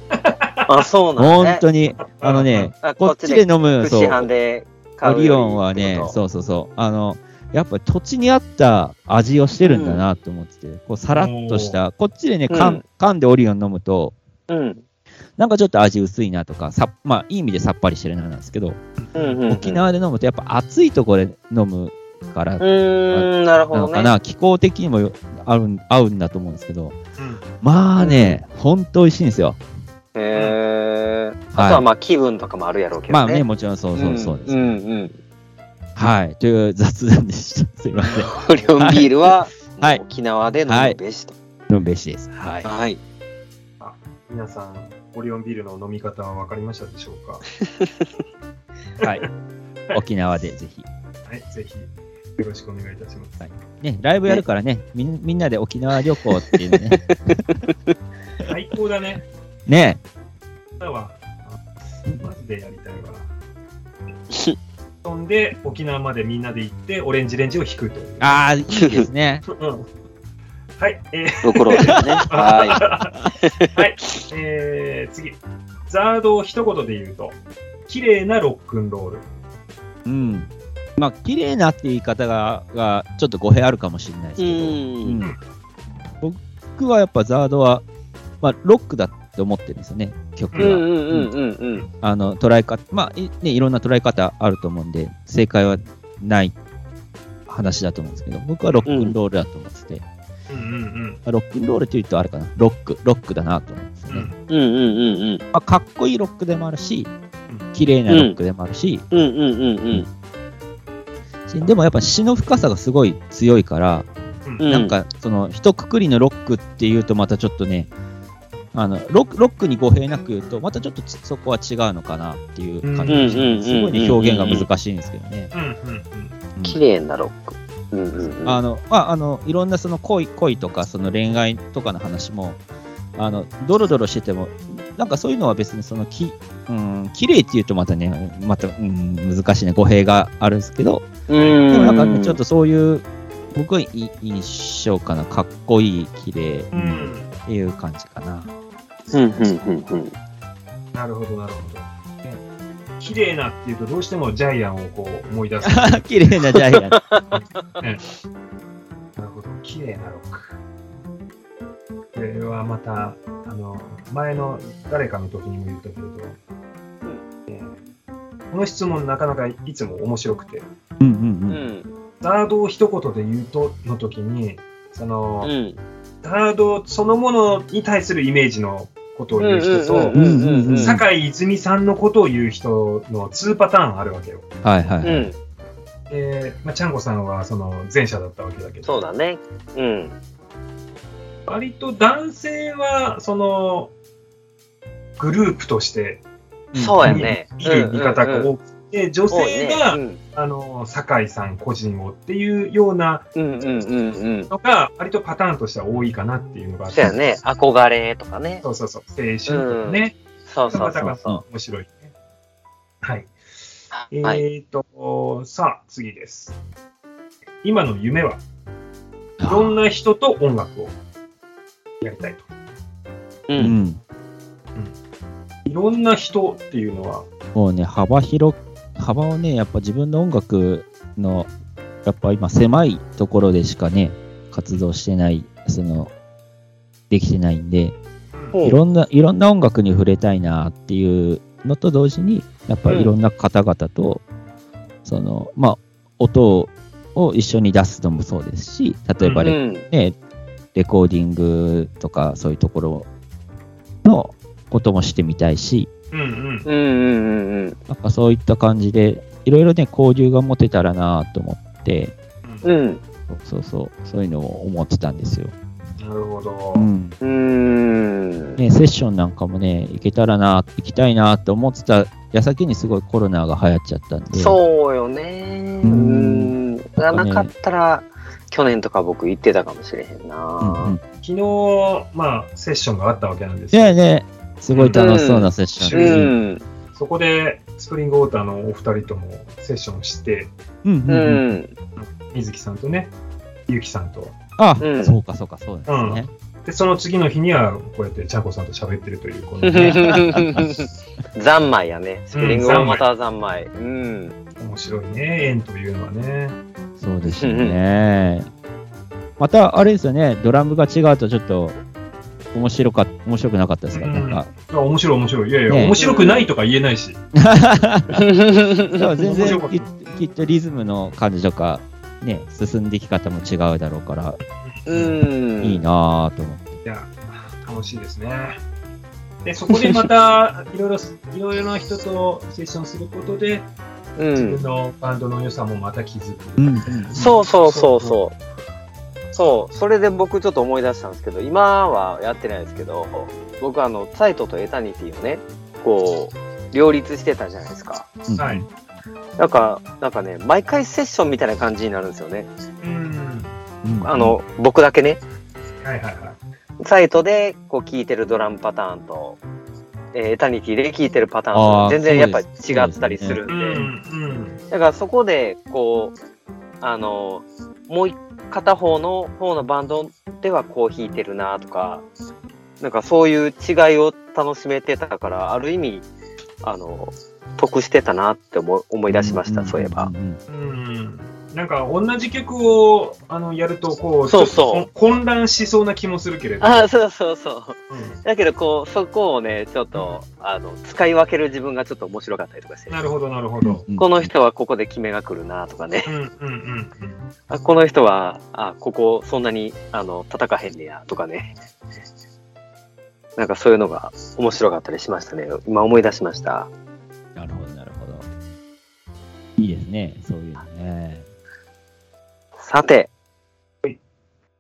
S2: あ、そうなんだ、
S3: 本
S2: ね。
S3: 当に。あのね
S2: あ、
S3: こ
S2: こ
S3: っ
S2: っ
S3: ち
S2: ち
S3: で
S2: で
S3: 飲む、
S2: 副
S3: そう
S2: 市、販で買うよ
S3: オリ
S2: り
S3: オンはね、そうそうそう、あの、やっぱ土地に合った味をしてるんだなと思ってて、こうさらっとした、こっちでね、
S2: うん
S3: 缶、缶でオリオン飲むと、
S2: う。うん。
S3: なんかちょっと味薄いなとか、さまあ、いい意味でさっぱりしてるななんですけど、
S2: うんうん。
S3: 沖縄で飲むとやっぱ暑いところで飲むから
S2: うーん、なるほ
S3: なの
S2: ど
S3: か
S2: ね。
S3: な、気候的にもよ合うん合うんだと思うんですけど、
S1: うん
S3: まあね、ほんと美味しいんですよ。
S2: へえ。
S3: はい
S2: あとはまあ気分とかもあるやろうけどね。
S3: まあね、もちろんそうそうそうです。
S2: んうんうん。
S3: はい、という雑談でした。すいま せん。
S2: オリオンビールは、
S3: はい
S2: 沖縄で飲むべしと。
S3: のんべいしです。はい。
S2: はい。
S1: 皆さん、オリオンビールの飲み方は分かりましたでしょうか
S3: はい、沖縄でぜひ。
S1: はい、ぜひ、よろしくお願いいたします。
S3: はいね、ライブやるからね、みんみんなで沖縄旅行っていうね。
S1: 最高だね。
S3: ね
S1: だわ。マジでやりたいわ。 飛んで、沖縄までみんなで行って、オレンジレンジを引くという。
S3: ああ、いいですね。
S1: うんはい、えー
S2: ご苦労です ね。は
S1: えー次。ザードを一言で言うと、綺麗なロックンロール。
S3: うん。まあ、綺麗なっていう言い方が、がちょっと語弊あるかもしれないです
S2: い。う
S3: けど、
S2: ん。
S3: うん僕はやっぱザードは、まあ、ロックだって思ってるんですよね、曲
S2: うんう
S3: は。
S2: んうんうんうん。
S3: あの捉え方、まあいね、いろんな捉え方あると思うんで、正解はない話だと思うんですけど、僕はロックンロールだと思ってて、
S1: うんうん
S3: ロックンロールって言うとあれかな、ロック、ロックだなと思うんですよね。
S1: う
S2: うんうんうんうん。
S3: まあ、かっこいいロックでもあるし
S1: う、
S3: 綺麗なロックでもあるし、
S2: うんうんうんうん。
S3: しでもやっぱ詩の深さがすごい強いから、
S1: ん。
S2: うん
S3: なんかその一括りのロックっていうとまたちょっとね、あのロックロックに語弊なく言うと、またちょっとつそこは違うのかなっていう感じがし
S2: うん
S3: て、すごいね
S2: うん
S3: 表現が難しいんですけどね。
S1: うんうんうん。
S3: うん
S2: 綺麗なロック。うんうんうん。
S3: あのまあ、あのいろんなその恋恋とかその恋愛とかの話もあのドロドロしててもなんかそういうのは別にそのき、うん、綺麗っていうとまたねまた、うん、難しいね語弊があるんですけど
S2: うん。
S3: でもなんか、ね、ちょっとそういう僕はいい印象かなかっこいい綺麗、
S1: う
S3: うん、
S1: ん。
S3: っていう感じかな。
S2: うんうんうんうん。
S1: なるほど、なるほど。ね綺麗なっていうと、どうしてもジャイアンをこう思い出す。
S3: 綺麗なジャイア ン。
S1: なるほど、綺麗なロック。これはまた、あの、前の誰かの時にも言ったけれど、えーこの質問なかなかいつも面白くて、
S3: うん
S2: う
S3: うん
S2: ん。
S1: ザードを一言で言うとの時に、その、
S2: うん。
S1: ザードそのものに対するイメージのことを
S2: うんう
S1: 言う人と、
S2: んうんうん。
S1: 酒井泉さんのことを言う人の2パターンあるわけよ。
S3: うん。はいはい。
S2: うん。
S1: で、まあ、ちゃんこさんはその前者だったわけだけど、
S2: そうだね。うん。
S1: 割と男性はそのグループとして
S2: そうやね。
S1: 見る見方が
S2: うんうんうん
S1: 多くて、女
S2: 多い
S1: 性
S2: ね
S1: が、
S2: うん
S1: あの酒井さん個人をっていうような
S2: うんうんうんうん。
S1: のが割とパターンとしては多いかなっていうのがあっ
S2: そ
S1: て
S2: うやね。憧れとかね。
S1: そうそうそう青春とかね、
S2: そうそう
S1: なか
S2: そ
S1: なか
S2: うそ
S1: 面白いねはい、
S2: う。はい。
S1: えっ、とさあ次です今の夢は
S3: あ
S1: い
S3: ー
S1: ろんな人と音楽をやりたいと
S2: う。
S3: うんん。
S1: いろんな人っていうのは
S3: もうね、幅広く、幅をね、やっぱ自分の音楽の、やっぱ今狭いところでしかね、活動してない、その、できてないん
S2: う
S3: で、
S2: ん
S3: いろんな、いろんな音楽に触れたいなっていうのと同時に、やっぱりいろんな方々と、その、まあ、音を一緒に出すのもそうですし、例えば
S1: あ
S3: レ
S2: うん
S3: ね、レコーディングとかそういうところのこともしてみたいし、
S1: うんうん
S2: うんうんうんうん。
S3: なんかそういった感じで、いろいろね、交流が持てたらなと思って、
S1: う
S2: うんん。
S3: そうそう、そういうのを思ってたんですよ。
S1: なるほど、
S3: うん。
S2: うーん。
S3: ね、セッションなんかもね、行けたらな、行きたいなって思ってた矢先にすごいコロナが流行っちゃったんで、
S2: そうよね。
S3: う
S2: うんん。がなかったら、去年とか僕行ってたかもしれへん
S3: うんうん
S2: な。
S1: 昨日まあセッションがあったわけなんですよ
S3: ねね、すごい楽しそうなセッシ
S2: う
S3: ョン。
S2: ん。
S1: そこでスプリングウォーターのお二人ともセッションして
S3: うんうん
S2: う
S3: うん
S2: ん。
S1: 水木さんとねゆきさんと
S3: あ、
S2: うん
S3: そうかそうかそうですね。
S1: でその次の日にはこうやってちゃんこさんと喋ってるというこの、ね、
S2: 三昧やね。スプリングはまた三昧。うん。
S1: 面白いね縁というのはね
S3: そうですよね。また、あれですよね、ドラムが違うとちょっと面白かっ、面白くなかったですか、
S1: うん
S3: なんか。
S1: いや面白い面白い。いやいや、
S3: ねえ
S1: 面白くないとか言えないし。
S3: だから全
S1: 面
S3: 然
S1: 白かっ
S3: ききっとリズムの感じとか、ね、進んでいき方も違うだろうから、
S2: うん。
S3: いいなぁと思って。
S1: いや、楽しいですね。で、そこでま た、いろいろ、いろいろな人とセッションすることで、
S2: う
S1: 自
S2: ん
S1: 分。のバンドの良さもまた気づく。
S2: そうそうそうそう。そう、それで僕ちょっと思い出したんですけど、今はやってないですけど、僕あの、サイトとエタニティをね、こう、両立してたじゃないですか。
S3: うん
S1: はい。
S2: なんか、なんかね、毎回セッションみたいな感じになるんですよね。
S1: うん。
S3: うん
S2: あ、の、僕だけね、
S1: はいはいはい。
S2: サイトでこう聴いてるドラムパターンと、えーエタニティで聴いてるパターンと
S3: あー
S2: 全然やっぱ
S3: そうです
S2: 違ったりするん
S1: う
S2: で、
S1: ん。うん。
S2: だからそこで、こう、あの、もう一片方の方のバンドではこう弾いてるなとか、なんかそういう違いを楽しめてたから、ある意味、あの、得してたなって思思い出しました、そういえば
S3: ん。んん。
S1: うん。なんか、同じ曲を、あの、やると、こう、
S2: そうそう
S1: ちょっと混乱しそうな気もするけれど。
S2: ああ、そうそうそう。
S1: うん
S2: だけど、こう、そこをね、ちょっと、あの、使い分ける自分がちょっと面白かったりとかして。
S1: なるほど、なるほど。
S3: うん
S2: この人はここで決めが来るなとかね。
S1: うんうんうんうん。
S2: あこの人は、あ、ここそんなに、あの、叩かへんねや、とかね。なんかそういうのが面白かったりしましたね。今思い出しました。
S3: なるほど、なるほど。いいですね、そういうのね。
S2: さて、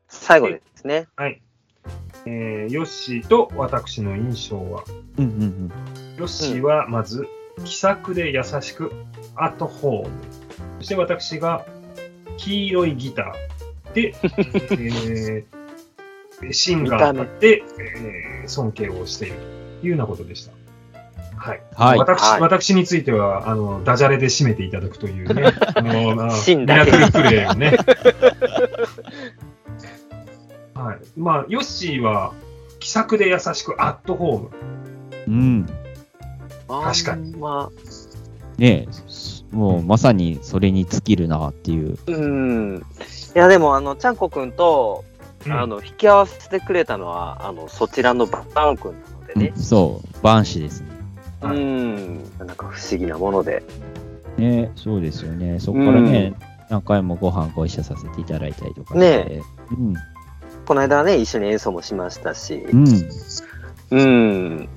S2: 最後ですね。
S1: はい。えーヨッシーと私の印象は、
S3: うんうん
S1: ヨッシーはまず、気さくで優しく、アットホーム。そして私が、黄色いギターで、 えーシンガーになって、えー尊敬をしているというようなことでした。はい。
S3: はい
S1: 私
S2: はい
S1: 私については、あの、ダジャレで締めていただくという ね、あの、まあ
S2: シン
S1: ミ
S2: だ
S1: ラ
S2: け
S1: クルプレーをね。 はい。まあ、ヨッシーは、気さくで優しく、アットホーム。
S3: うん。うん。
S1: 確かに
S2: あんま
S3: ねえ、もうまさにそれに尽きるなっていう。
S2: うん。いや、でも、あの、ちゃんこくんと、
S1: うん
S2: あの、引き合わせてくれたのは、あの、そちらのバタンくんなのでね
S3: うん。そう、万子ですね。
S1: うん
S2: うん。なんか不思議なもので。
S3: ねそうですよね。そこからね、何回もご飯ご一緒させていただいたりとかして。
S2: ね
S3: うん。
S2: この間ね、一緒に演奏もしましたし。
S3: うん。
S2: うん。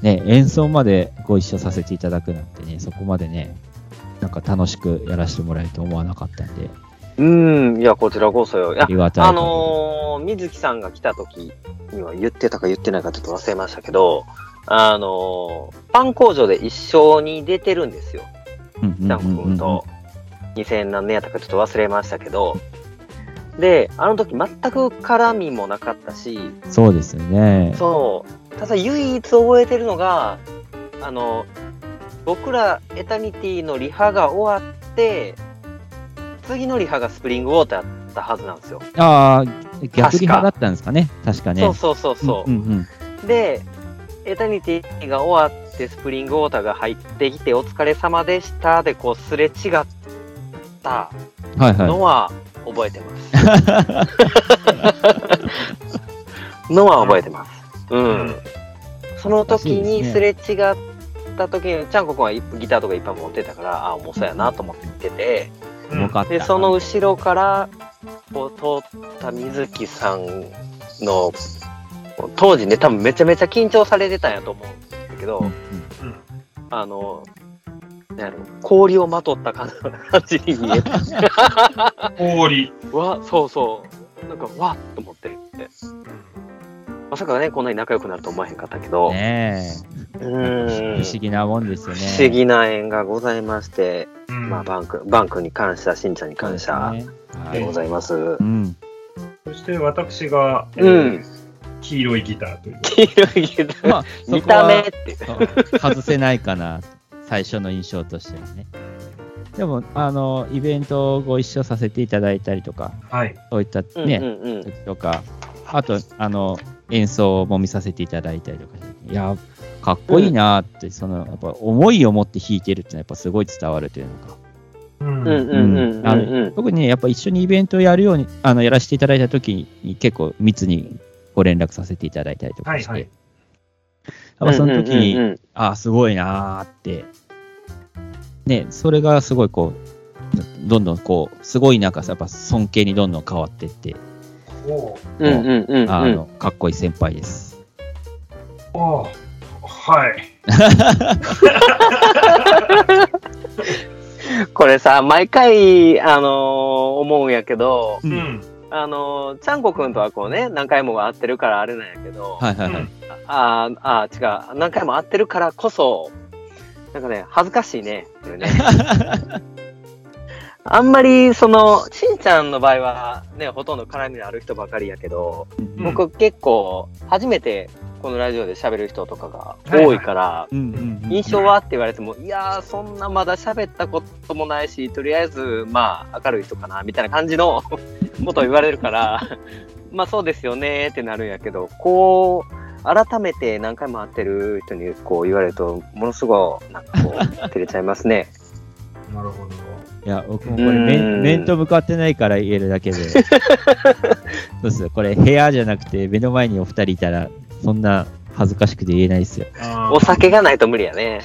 S3: ね演奏までご一緒させていただくなんてね、そこまでね、なんか楽しくやらせてもらえると思わなかったんで、
S2: うん、いや、こちらこそよ。い
S3: あ
S2: や、
S3: りがたい。
S2: あのー、水木さんが来た時には言ってたか言ってないかちょっと忘れましたけど、あのー、パン工場で一緒に出てるんですよ。
S3: うんうん
S2: ジ
S3: う
S2: ャン
S3: んうん
S2: 君と。2000何年やったかちょっと忘れましたけど、で、あの時全く絡みもなかったし、
S3: そうですよね。
S2: そう、ただ唯一覚えてるのが、あの、僕らエタニティのリハが終わって、次のリハがスプリングウォーターだったはずなんですよ。
S3: ああ、逆リハだったんですかね、確かね。
S2: そうそうそうそう。
S3: うんうん
S2: で、エタニティが終わって、スプリングウォーターが入ってきて、お疲れ様でしたで、こう、すれ違った
S3: うん。はいはい。
S2: のは覚えてます。のは覚えてます。うん。その時にすれ違った時に、ちゃんこくんはギターとかいっぱい持ってたから、ああ、もうそうやなと思って見てて、
S1: うん
S3: 重かった。
S2: で、その後ろから、こう、通った水木さんの、当時ね、多分めちゃめちゃ緊張されてたんやと思うんだけど、
S3: うんうん
S1: うん
S2: あの、なんやろ、氷をまとった感じに見え た。
S1: 氷。
S2: わ、そうそう。なんか、わっと思ってって。まさかね、こんなに仲良くなると思わへんかったけど、
S3: ね
S2: う
S3: え
S2: ーん。
S3: 不思議なもんですよね。
S2: 不思議な縁がございまして、
S1: うん
S2: まあ、バンク、バンクに感謝、しんちゃんに感謝
S3: そうですねは
S2: でご
S3: い。
S2: ざいます。
S3: うん。
S1: そして私が、え
S2: う
S1: ー
S2: ん。
S1: 黄色いギターという。
S2: 黄色いけど、
S3: まあ、そこは
S2: 見た目って。
S3: そう外せないかな、最初の印象としてはね。でも、あの、イベントをご一緒させていただいたりとか、
S1: はい。
S3: そういった
S2: うん
S3: ね、
S2: うんうん。
S3: 時とか、あと、あの、演奏も見させていただいたりとかしていや、かっこいいなって、その、やっぱ思いを持って弾いてるっていうのはやっぱすごい伝わるというのか。
S1: うん
S2: うんうんうんうんうん。
S3: 特にね、やっぱ一緒にイベントをやるように、あの、やらせていただいた時に結構密にご連絡させていただいたりと
S1: は
S3: か
S1: い
S3: して、
S1: はい。
S3: だからその時に、
S2: うんうんうん
S3: ああ、すごいなーって、ね、それがすごいこう、どんどんこう、すごいなんかさ、やっぱ尊敬にどんどん変わってって、
S1: おー
S2: うんうんうんうん
S3: あの、かっこいい先輩です。
S1: おーはい。
S2: これさ、毎回、あのー思うんやけど、
S1: う
S3: うん
S1: ん。
S2: あのーちゃんこくんとはこうね、何回も会ってるからあれなんやけど、
S3: はいはいはい。
S2: あーあー、違う、何回も会ってるからこそ、なんかね、恥ずかしいね、これね。あんまり、その、しんちゃんの場合は、ね、ほとんど絡みのある人ばかりやけど、
S1: うん
S2: 僕結構、初めてこのラジオで喋る人とかが多いから、
S3: うんうんうん
S2: 印象はって言われても、いやー、そんなまだ喋ったこともないし、とりあえず、まあ、明るい人かな、みたいな感じの ことを言われるから、 まあ、そうですよねーってなるんやけど、こう、改めて何回も会ってる人にこう言われると、ものすごい、なんかこう、照れちゃいますね。
S1: なるほど。
S3: いや、僕もこれ面、
S2: うん
S3: 面と向かってないから言えるだけ で。そうっすよこれ部屋じゃなくて、目の前にお二人いたら、そんな恥ずかしくて言えないですよ。
S1: あー
S2: お酒がないと無理やね。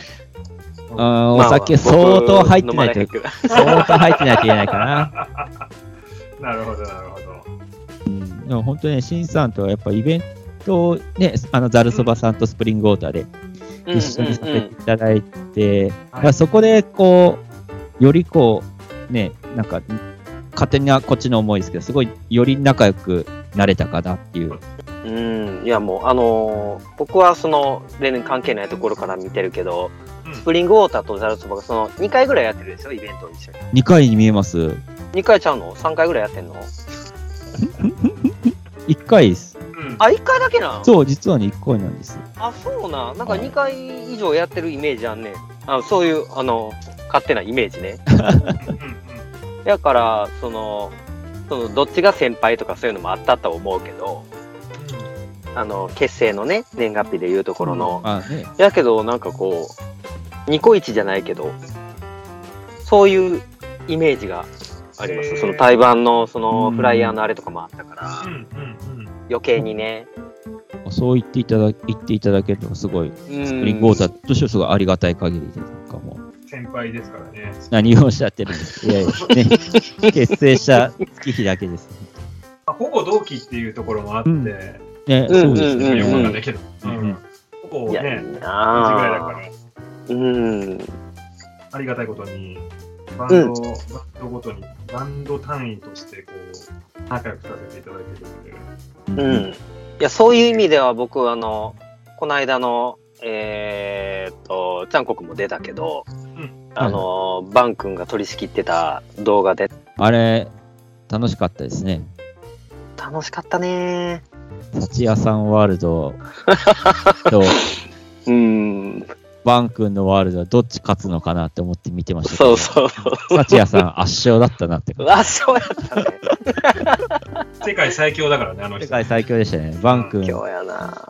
S3: あー
S2: まあ
S3: お酒相当入ってな
S2: 僕飲まへん
S3: いと、
S2: けど
S3: 相当入ってないと言えないかな。
S1: なるほど、なるほど。
S3: うんでも本当ね、シンさんとはやっぱイベントをね、あの、ザルそばさんとスプリングウォーターで一緒にさ
S2: うんう
S3: せ
S2: ん
S3: ていただいて、だか
S1: は
S3: ら
S1: い
S3: そこでこう、よりこう、ね、なんか、勝手なこっちの思いですけど、すごいより仲良くなれたかなっていう。
S2: うん、うんいやもう、あのー僕はその、全然関係ないところから見てるけど、
S1: うん
S2: スプリングウォーターとザルそばがその2回ぐらいやってるでしょ、イベントを一緒に。
S3: 2回に見えます。
S2: 2回ちゃうの ?3 回ぐらいやってんの
S3: 1回です。
S1: うん
S2: あ、1回だけなん
S3: そう、実はね、1回なんです。
S2: あ、そうなん。なんか2回以上やってるイメージあんねん。あそういう、あの、勝手なイメージね。
S1: うんうん
S2: だから、その、そのどっちが先輩とかそういうのもあったと思うけど、あの、結成のね、年月日でいうところの。
S3: あね、
S2: やけど、なんかこう、ニコイチじゃないけど、そういうイメージがありま
S1: へ
S2: す。
S1: ー
S2: その対バンの、その、
S3: うん
S2: フライヤーのあれとかもあったか
S1: う
S2: ら、
S1: んうんうん
S2: 余計にね。
S3: そう言っていただ、言っていただけるのがすごい、
S2: ス
S3: ス
S2: プ
S3: プリングウォーターとしてはすごいありがたい限りで、なんかもう、
S1: うん先輩ですからね。
S3: 何をおっしゃってるんですか。いやいや、ね、結成した月日だけです
S1: まあほぼ同期っていうところもあって、
S3: うんね。ね、
S2: うん
S3: そうで
S2: うんう
S3: す
S2: ん
S3: ね。
S1: よ
S2: う
S1: くわ
S2: ん
S1: かんないけど、
S3: うん
S1: ほぼ
S2: いや、
S1: ね
S2: いい、
S1: 同じぐらいだ
S2: なあ
S1: から、
S2: うん。
S1: ありがたいことに、バンド、バンドごとに、バンド単位として、こう、仲良くさせていただけてるので、
S2: うん。いや、そういう意味では僕、あの、この間の、えーっと、ちゃんこくんも出たけど、
S1: ん
S2: あの、バン君が取り仕切ってた動画で、
S3: あれ、楽しかったですね。
S2: 楽しかったね
S3: 幸屋さんワール ドと、
S2: うん。
S3: バン君のワールドはどっち勝つのかなって思って見てましたけ
S2: そ
S3: ど。
S2: うそう。
S3: 幸屋さん圧勝だったなって。
S2: あ、そうやったね。
S1: 世界最強だからね、あの人。
S3: 世界最強でしたね。バン君、
S2: 今日やな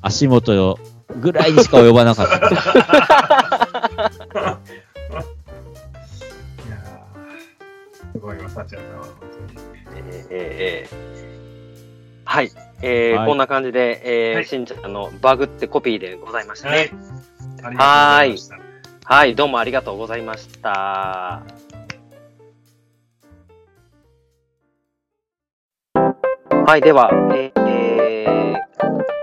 S3: 足元ぐらいにしか及ばなかった。
S1: いやーすごいわ、サチアさんは、本当に。
S2: ええええはい。えー
S3: はい
S2: こんな感じで、えー
S1: はい
S2: しんちゃんのバグってコピーでございましたね。
S1: はい。ありがとうございました。
S2: はい、どうもありがとうございました。はい、では、えーえー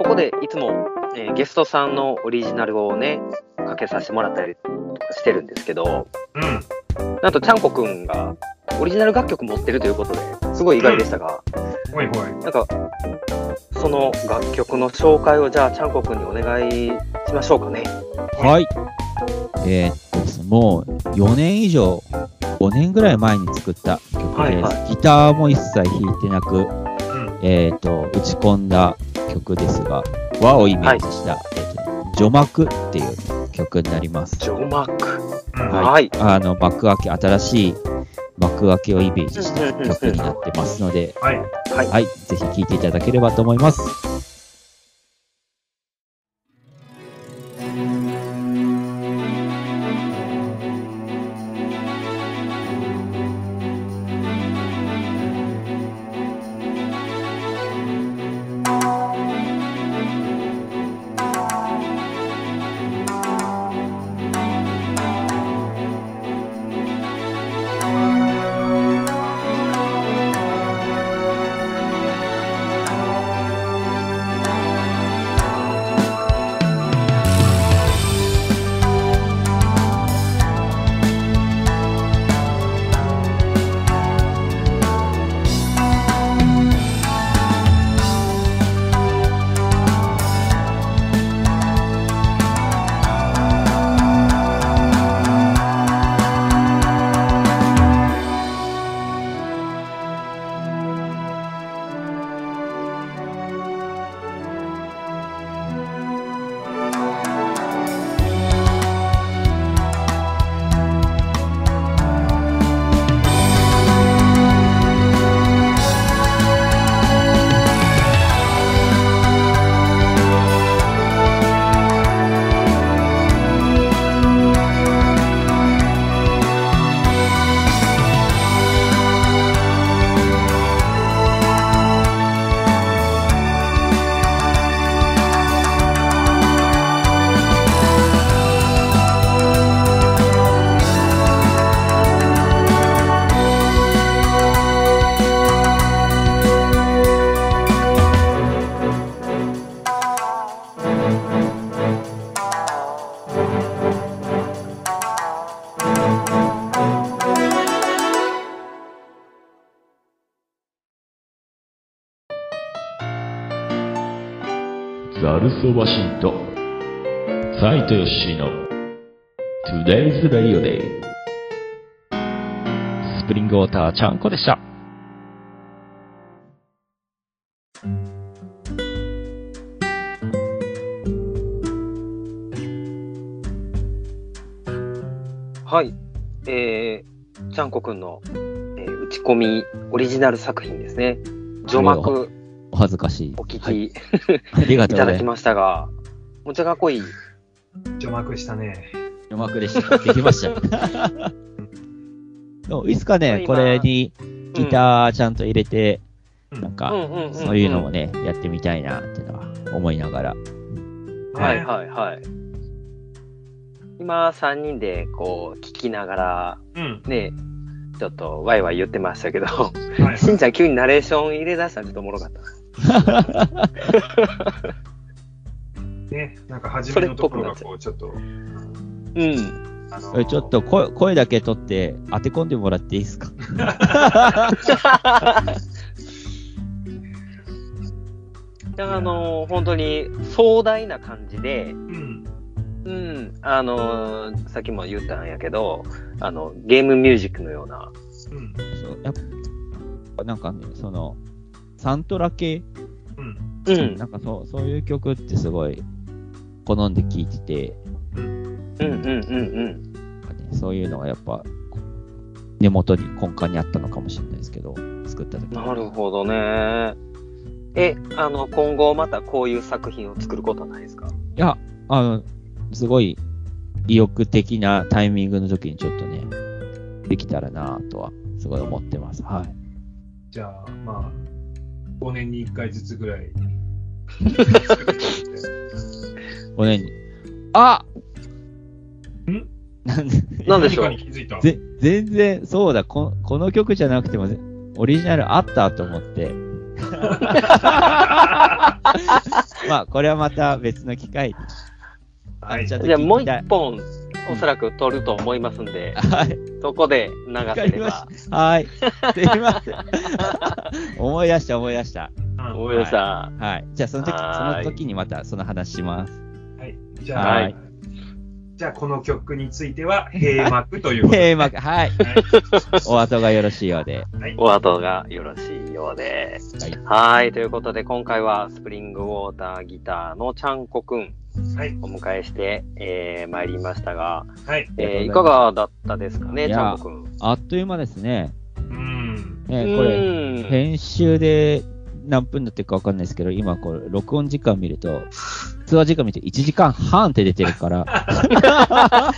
S2: ここでいつも、えーゲストさんのオリジナルをね、かけさせてもらったりとかしてるんですけど、
S1: うん。
S2: なんとちゃんこくんがオリジナル楽曲持ってるということで、すごい意外でしたが、
S1: ほいほい。
S2: なんか、その楽曲の紹介をじゃあちゃんこくんにお願いしましょうかね。
S3: はい。えーっと、もう4年以上、5年ぐらい前に作った曲です。
S2: はいは
S3: ギターも一切弾いてなく、
S1: うん。
S3: えーっと、打ち込んだ曲ですが、和をイメージした、えーっと除幕っていう曲になります。
S2: ジョマック。
S1: うん
S3: はい
S2: はい。
S3: あの、幕開け、新しい幕開けをイメージした曲になってますので、
S1: はい。
S3: はい、ぜひ聴いていただければと思います。
S5: 「スオワシントンサイトヨッシーの Today's Radio Day スプリングウォーターちゃんこでした
S2: はい。えー、ちゃんこくんの、えー打ち込みオリジナル作品ですね。序幕
S3: お恥ずかしい。
S2: お聞
S3: はい、
S2: き
S3: ありが
S2: い
S3: とう
S2: た
S3: ござ
S2: だ
S3: い
S2: き
S3: ま
S2: ましたが、もちゃかっこいい。
S1: 除幕したね。
S3: す。余幕でした。できました。でもいつかね、こ
S2: 今
S3: れにギターちゃんと入れて、
S1: うん
S3: なん
S2: ー
S3: か、
S2: んうんんん
S3: そういうのもね、やってみたいなっていうのは思いながら。
S2: は
S1: はいい
S2: はいはい。今、3人でこう、聞きながら、
S1: うん。
S2: ね、ちょっとワイワイ言ってましたけど、
S1: はい
S2: しんちゃん急にナレーション入れ出したらちょっとおもろかった。
S1: ね、なんか初めのところがこう、ちょっと、
S2: う ん。
S1: あの
S3: これちょっと声声だけ取って当て込んでもらっていいですか
S2: であの、本当に壮大な感じで、
S1: うん。
S2: うん、あのーさっきも言ったんやけど、あの、ゲームミュージックのような。
S1: うん。
S3: そうやっぱなんかね、その、サントラ系、
S1: うん。
S2: うん、
S3: なんかそうそういう曲ってすごい好んで聴いてて、
S2: うん、うん、うん、
S3: なんかね、そういうのがやっぱこ根元に根幹にあったのかもしれないですけど、作った
S2: うん。
S3: 時
S2: なるほどね。え、あの、今後またこういう作品を作ることはないですか
S3: いや、あの、すごい意欲的なタイミングの時にちょっとね、できたらなぁとは、すごい思ってます。はい。
S1: じゃあ、まあ、5年に1回ずつぐらい。
S3: 5年に。あ
S1: ん
S3: なんで、
S2: なんでしょう
S1: 何かに気づいた。
S3: ぜ全然、そうだこ、この曲じゃなくても、ぜオリジナルあったと 思って。まあ、これはまた別の機会に。
S1: はい。
S3: じゃあ
S2: じゃあもう一
S3: 聞き
S2: 本、おそらく撮ると思いますんで、
S3: はい。
S2: そこで流
S3: わか
S2: せ
S3: り
S2: れ
S3: まし
S2: ば。
S3: た。はい。すいません。 思い出した、思い出した。
S1: うん
S2: ごめんなさ
S3: はい。じゃあ、その時、そ
S2: はー
S3: の
S2: い
S3: 時にまたその話します。
S1: はい。じゃあ、
S3: はい
S1: じゃあこの曲については、閉幕ということで。
S3: 閉幕、はい。お後がよろしいようで。
S1: はい
S2: い。。お後がよろしいようです。
S3: はい。
S2: はい。ということで、今回はスプリングウォーターギターのちゃんこくん
S1: はい。
S2: お迎えして、えー、参りましたが、
S1: はい。
S2: えー
S3: あり
S2: い
S3: がと
S2: か
S3: うござい
S2: がだっ
S3: ます
S2: たですかね、
S3: い
S2: ち
S3: や
S2: ゃんこくん。
S3: あっという間ですね。
S1: うん。
S3: ねこれ、
S2: れ、
S3: 編集で何分だってるかわかんないですけど、今これ、録音時間見ると、通話時間見ると1時間半って出てるから、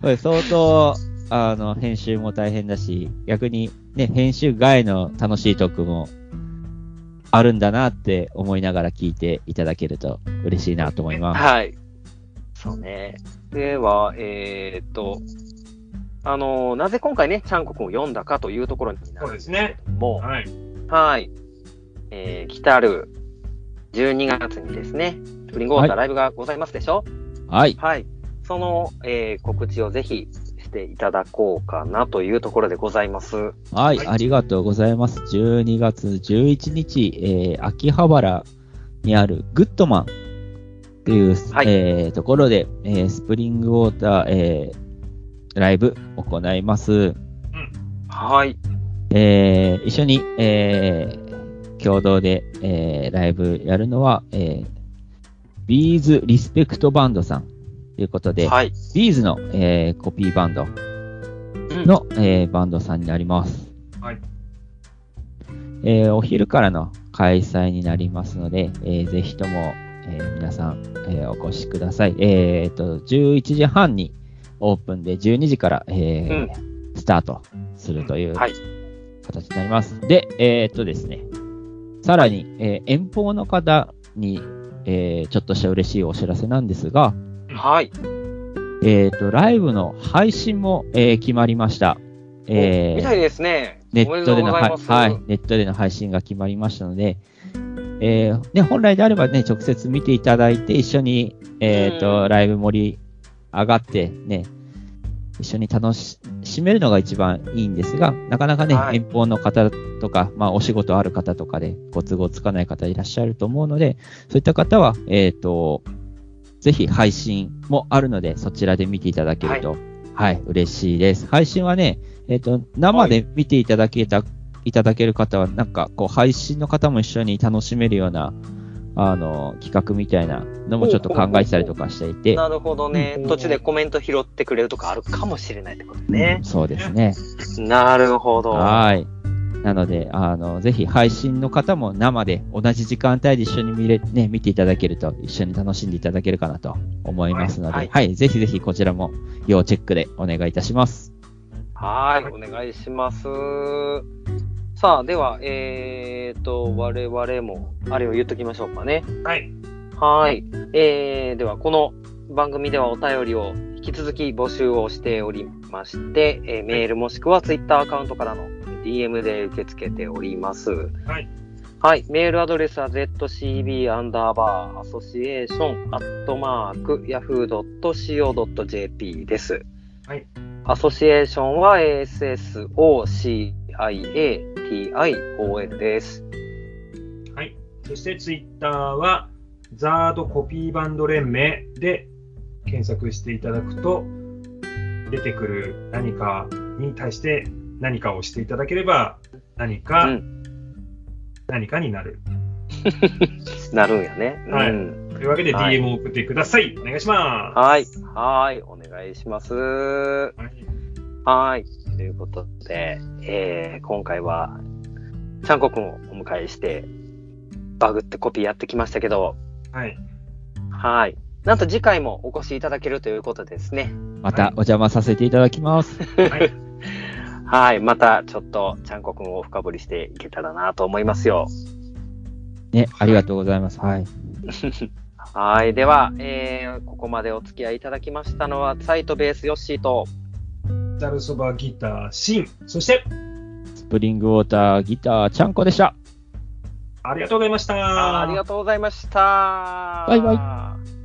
S3: これ相当、あの、編集も大変だし、逆にね、編集外の楽しいトークもあるんだなって思いながら聞いていただけると嬉しいなと思います。
S2: はい。そうね。では、えーっと、あのーなぜ今回ね、ちゃんこくんを読んだかというところになるんですけれども、
S1: はい。
S2: はい。えー、来たる12月にですね、スプリングウォーターライブがございますでしょ、
S3: はい。
S2: はい。その、えー告知をぜひしていただこうかなというところでございます。
S3: はい、
S1: はい
S3: ありがとうございます。12月11日、えー秋葉原にあるグッドマンっていう、
S2: はい
S3: えーところで、えースプリングウォーター、えーライブ行います。
S2: はい。
S3: えー一緒に、えー共同で、えーライブやるのは、えービーズリスペクトバンドさんということで、
S2: はい。
S3: ビーズの、えーコピーバンド
S2: うん
S3: の、えーバンドさんになります。
S1: はい。
S3: えーお昼からの開催になりますので、えーぜひとも、えー皆さん、えーお越しください。えーと、11時半にオープンで、12時から、えースタートするという
S2: はい。
S3: 形になります。で、えーっとですね、さらに、えー遠方の方に、えーちょっとした嬉しいお知らせなんですが、
S2: はい。
S3: えーっと、ライブの配信も、えー決まりました。えー
S2: みたいですね。
S3: ネットでの
S2: おめ
S3: は
S2: でとうござい
S3: い、
S2: ます。
S3: はい、ネットでの配信が決まりましたので、えーね、本来であればね、直接見ていただいて、一緒に、えっ、と、
S2: うん
S3: ライブ盛り上がって、ね、一緒に楽ししめるのが一番いいんですが、なかなかね、
S2: はい
S3: 遠方の方とか、まあ、お仕事ある方とかで、ご都合つかない方いらっしゃると思うので、そういった方は、えっ、と、ぜひ配信もあるので、そちらで見ていただけると、はい、嬉しいです。配信はね、えっ、と、生で見ていただけた、いただける方は、なんか、こう、配信の方も一緒に楽しめるような、あの、企画みたいなのもちょっと考えてたりとかしていて、
S2: なるほどね
S1: う。ん
S2: 途中でコメント拾ってくれるとかあるかもしれないってことね。
S3: そうですね。
S2: なるほど。
S3: はい。なので、あの、ぜひ配信の方も生で同じ時間帯で一緒に見れ、ね、見ていただけると、一緒に楽しんでいただけるかなと思いますので、は、
S2: はいい
S3: ぜひぜひこちらも要チェックでお願いいたします。
S2: はい、お願いします。さあ、では、えーと、我々も、あれを言っときましょうかね。
S1: はい。。
S2: はい。えー、では、この番組ではお便りを引き続き募集をしておりまして、えーメールもしくはツイッターアカウントからの DM で受け付けております。はいはい。メールアドレスは zcb アンダーバーアソシエーションアットマーク yahoo.co.jp です。
S1: はい。
S2: アソシエーションは ASSOCIATION です。
S1: はい。そしてツイッターは、ザードコピーバンド連盟で検索していただくと、出てくる何かに対して何かをしていただければ、何か、
S2: う
S1: 何かになる。
S2: なるんやね。
S1: はい
S2: うん
S1: というわけで
S2: はい
S1: DM を送ってください。お願いしま
S2: はい。はい。お願いします。は
S1: す。はい
S2: い。ということで、えー、今回は、ちゃんこくんをお迎えして、バグってコピーやってきましたけど、
S1: はい。
S2: はい。なんと次回もお越しいただけるということですね。
S3: またお邪魔させていただきます。
S1: はい。
S2: はい。またちょっと、ちゃんこくんを深掘りしていけたらなと思いますよ。
S3: ね、ありがとうございます。はい。
S2: はい。では、えー、ここまでお付き合いいただきましたのは、サイトベースヨッシーと、
S1: ザルそばギター、シン。そして、
S3: スプリングウォーターギターちゃんこでした。
S1: ありがとうございました。
S2: ありがとうございました。
S3: バイバ
S2: イ。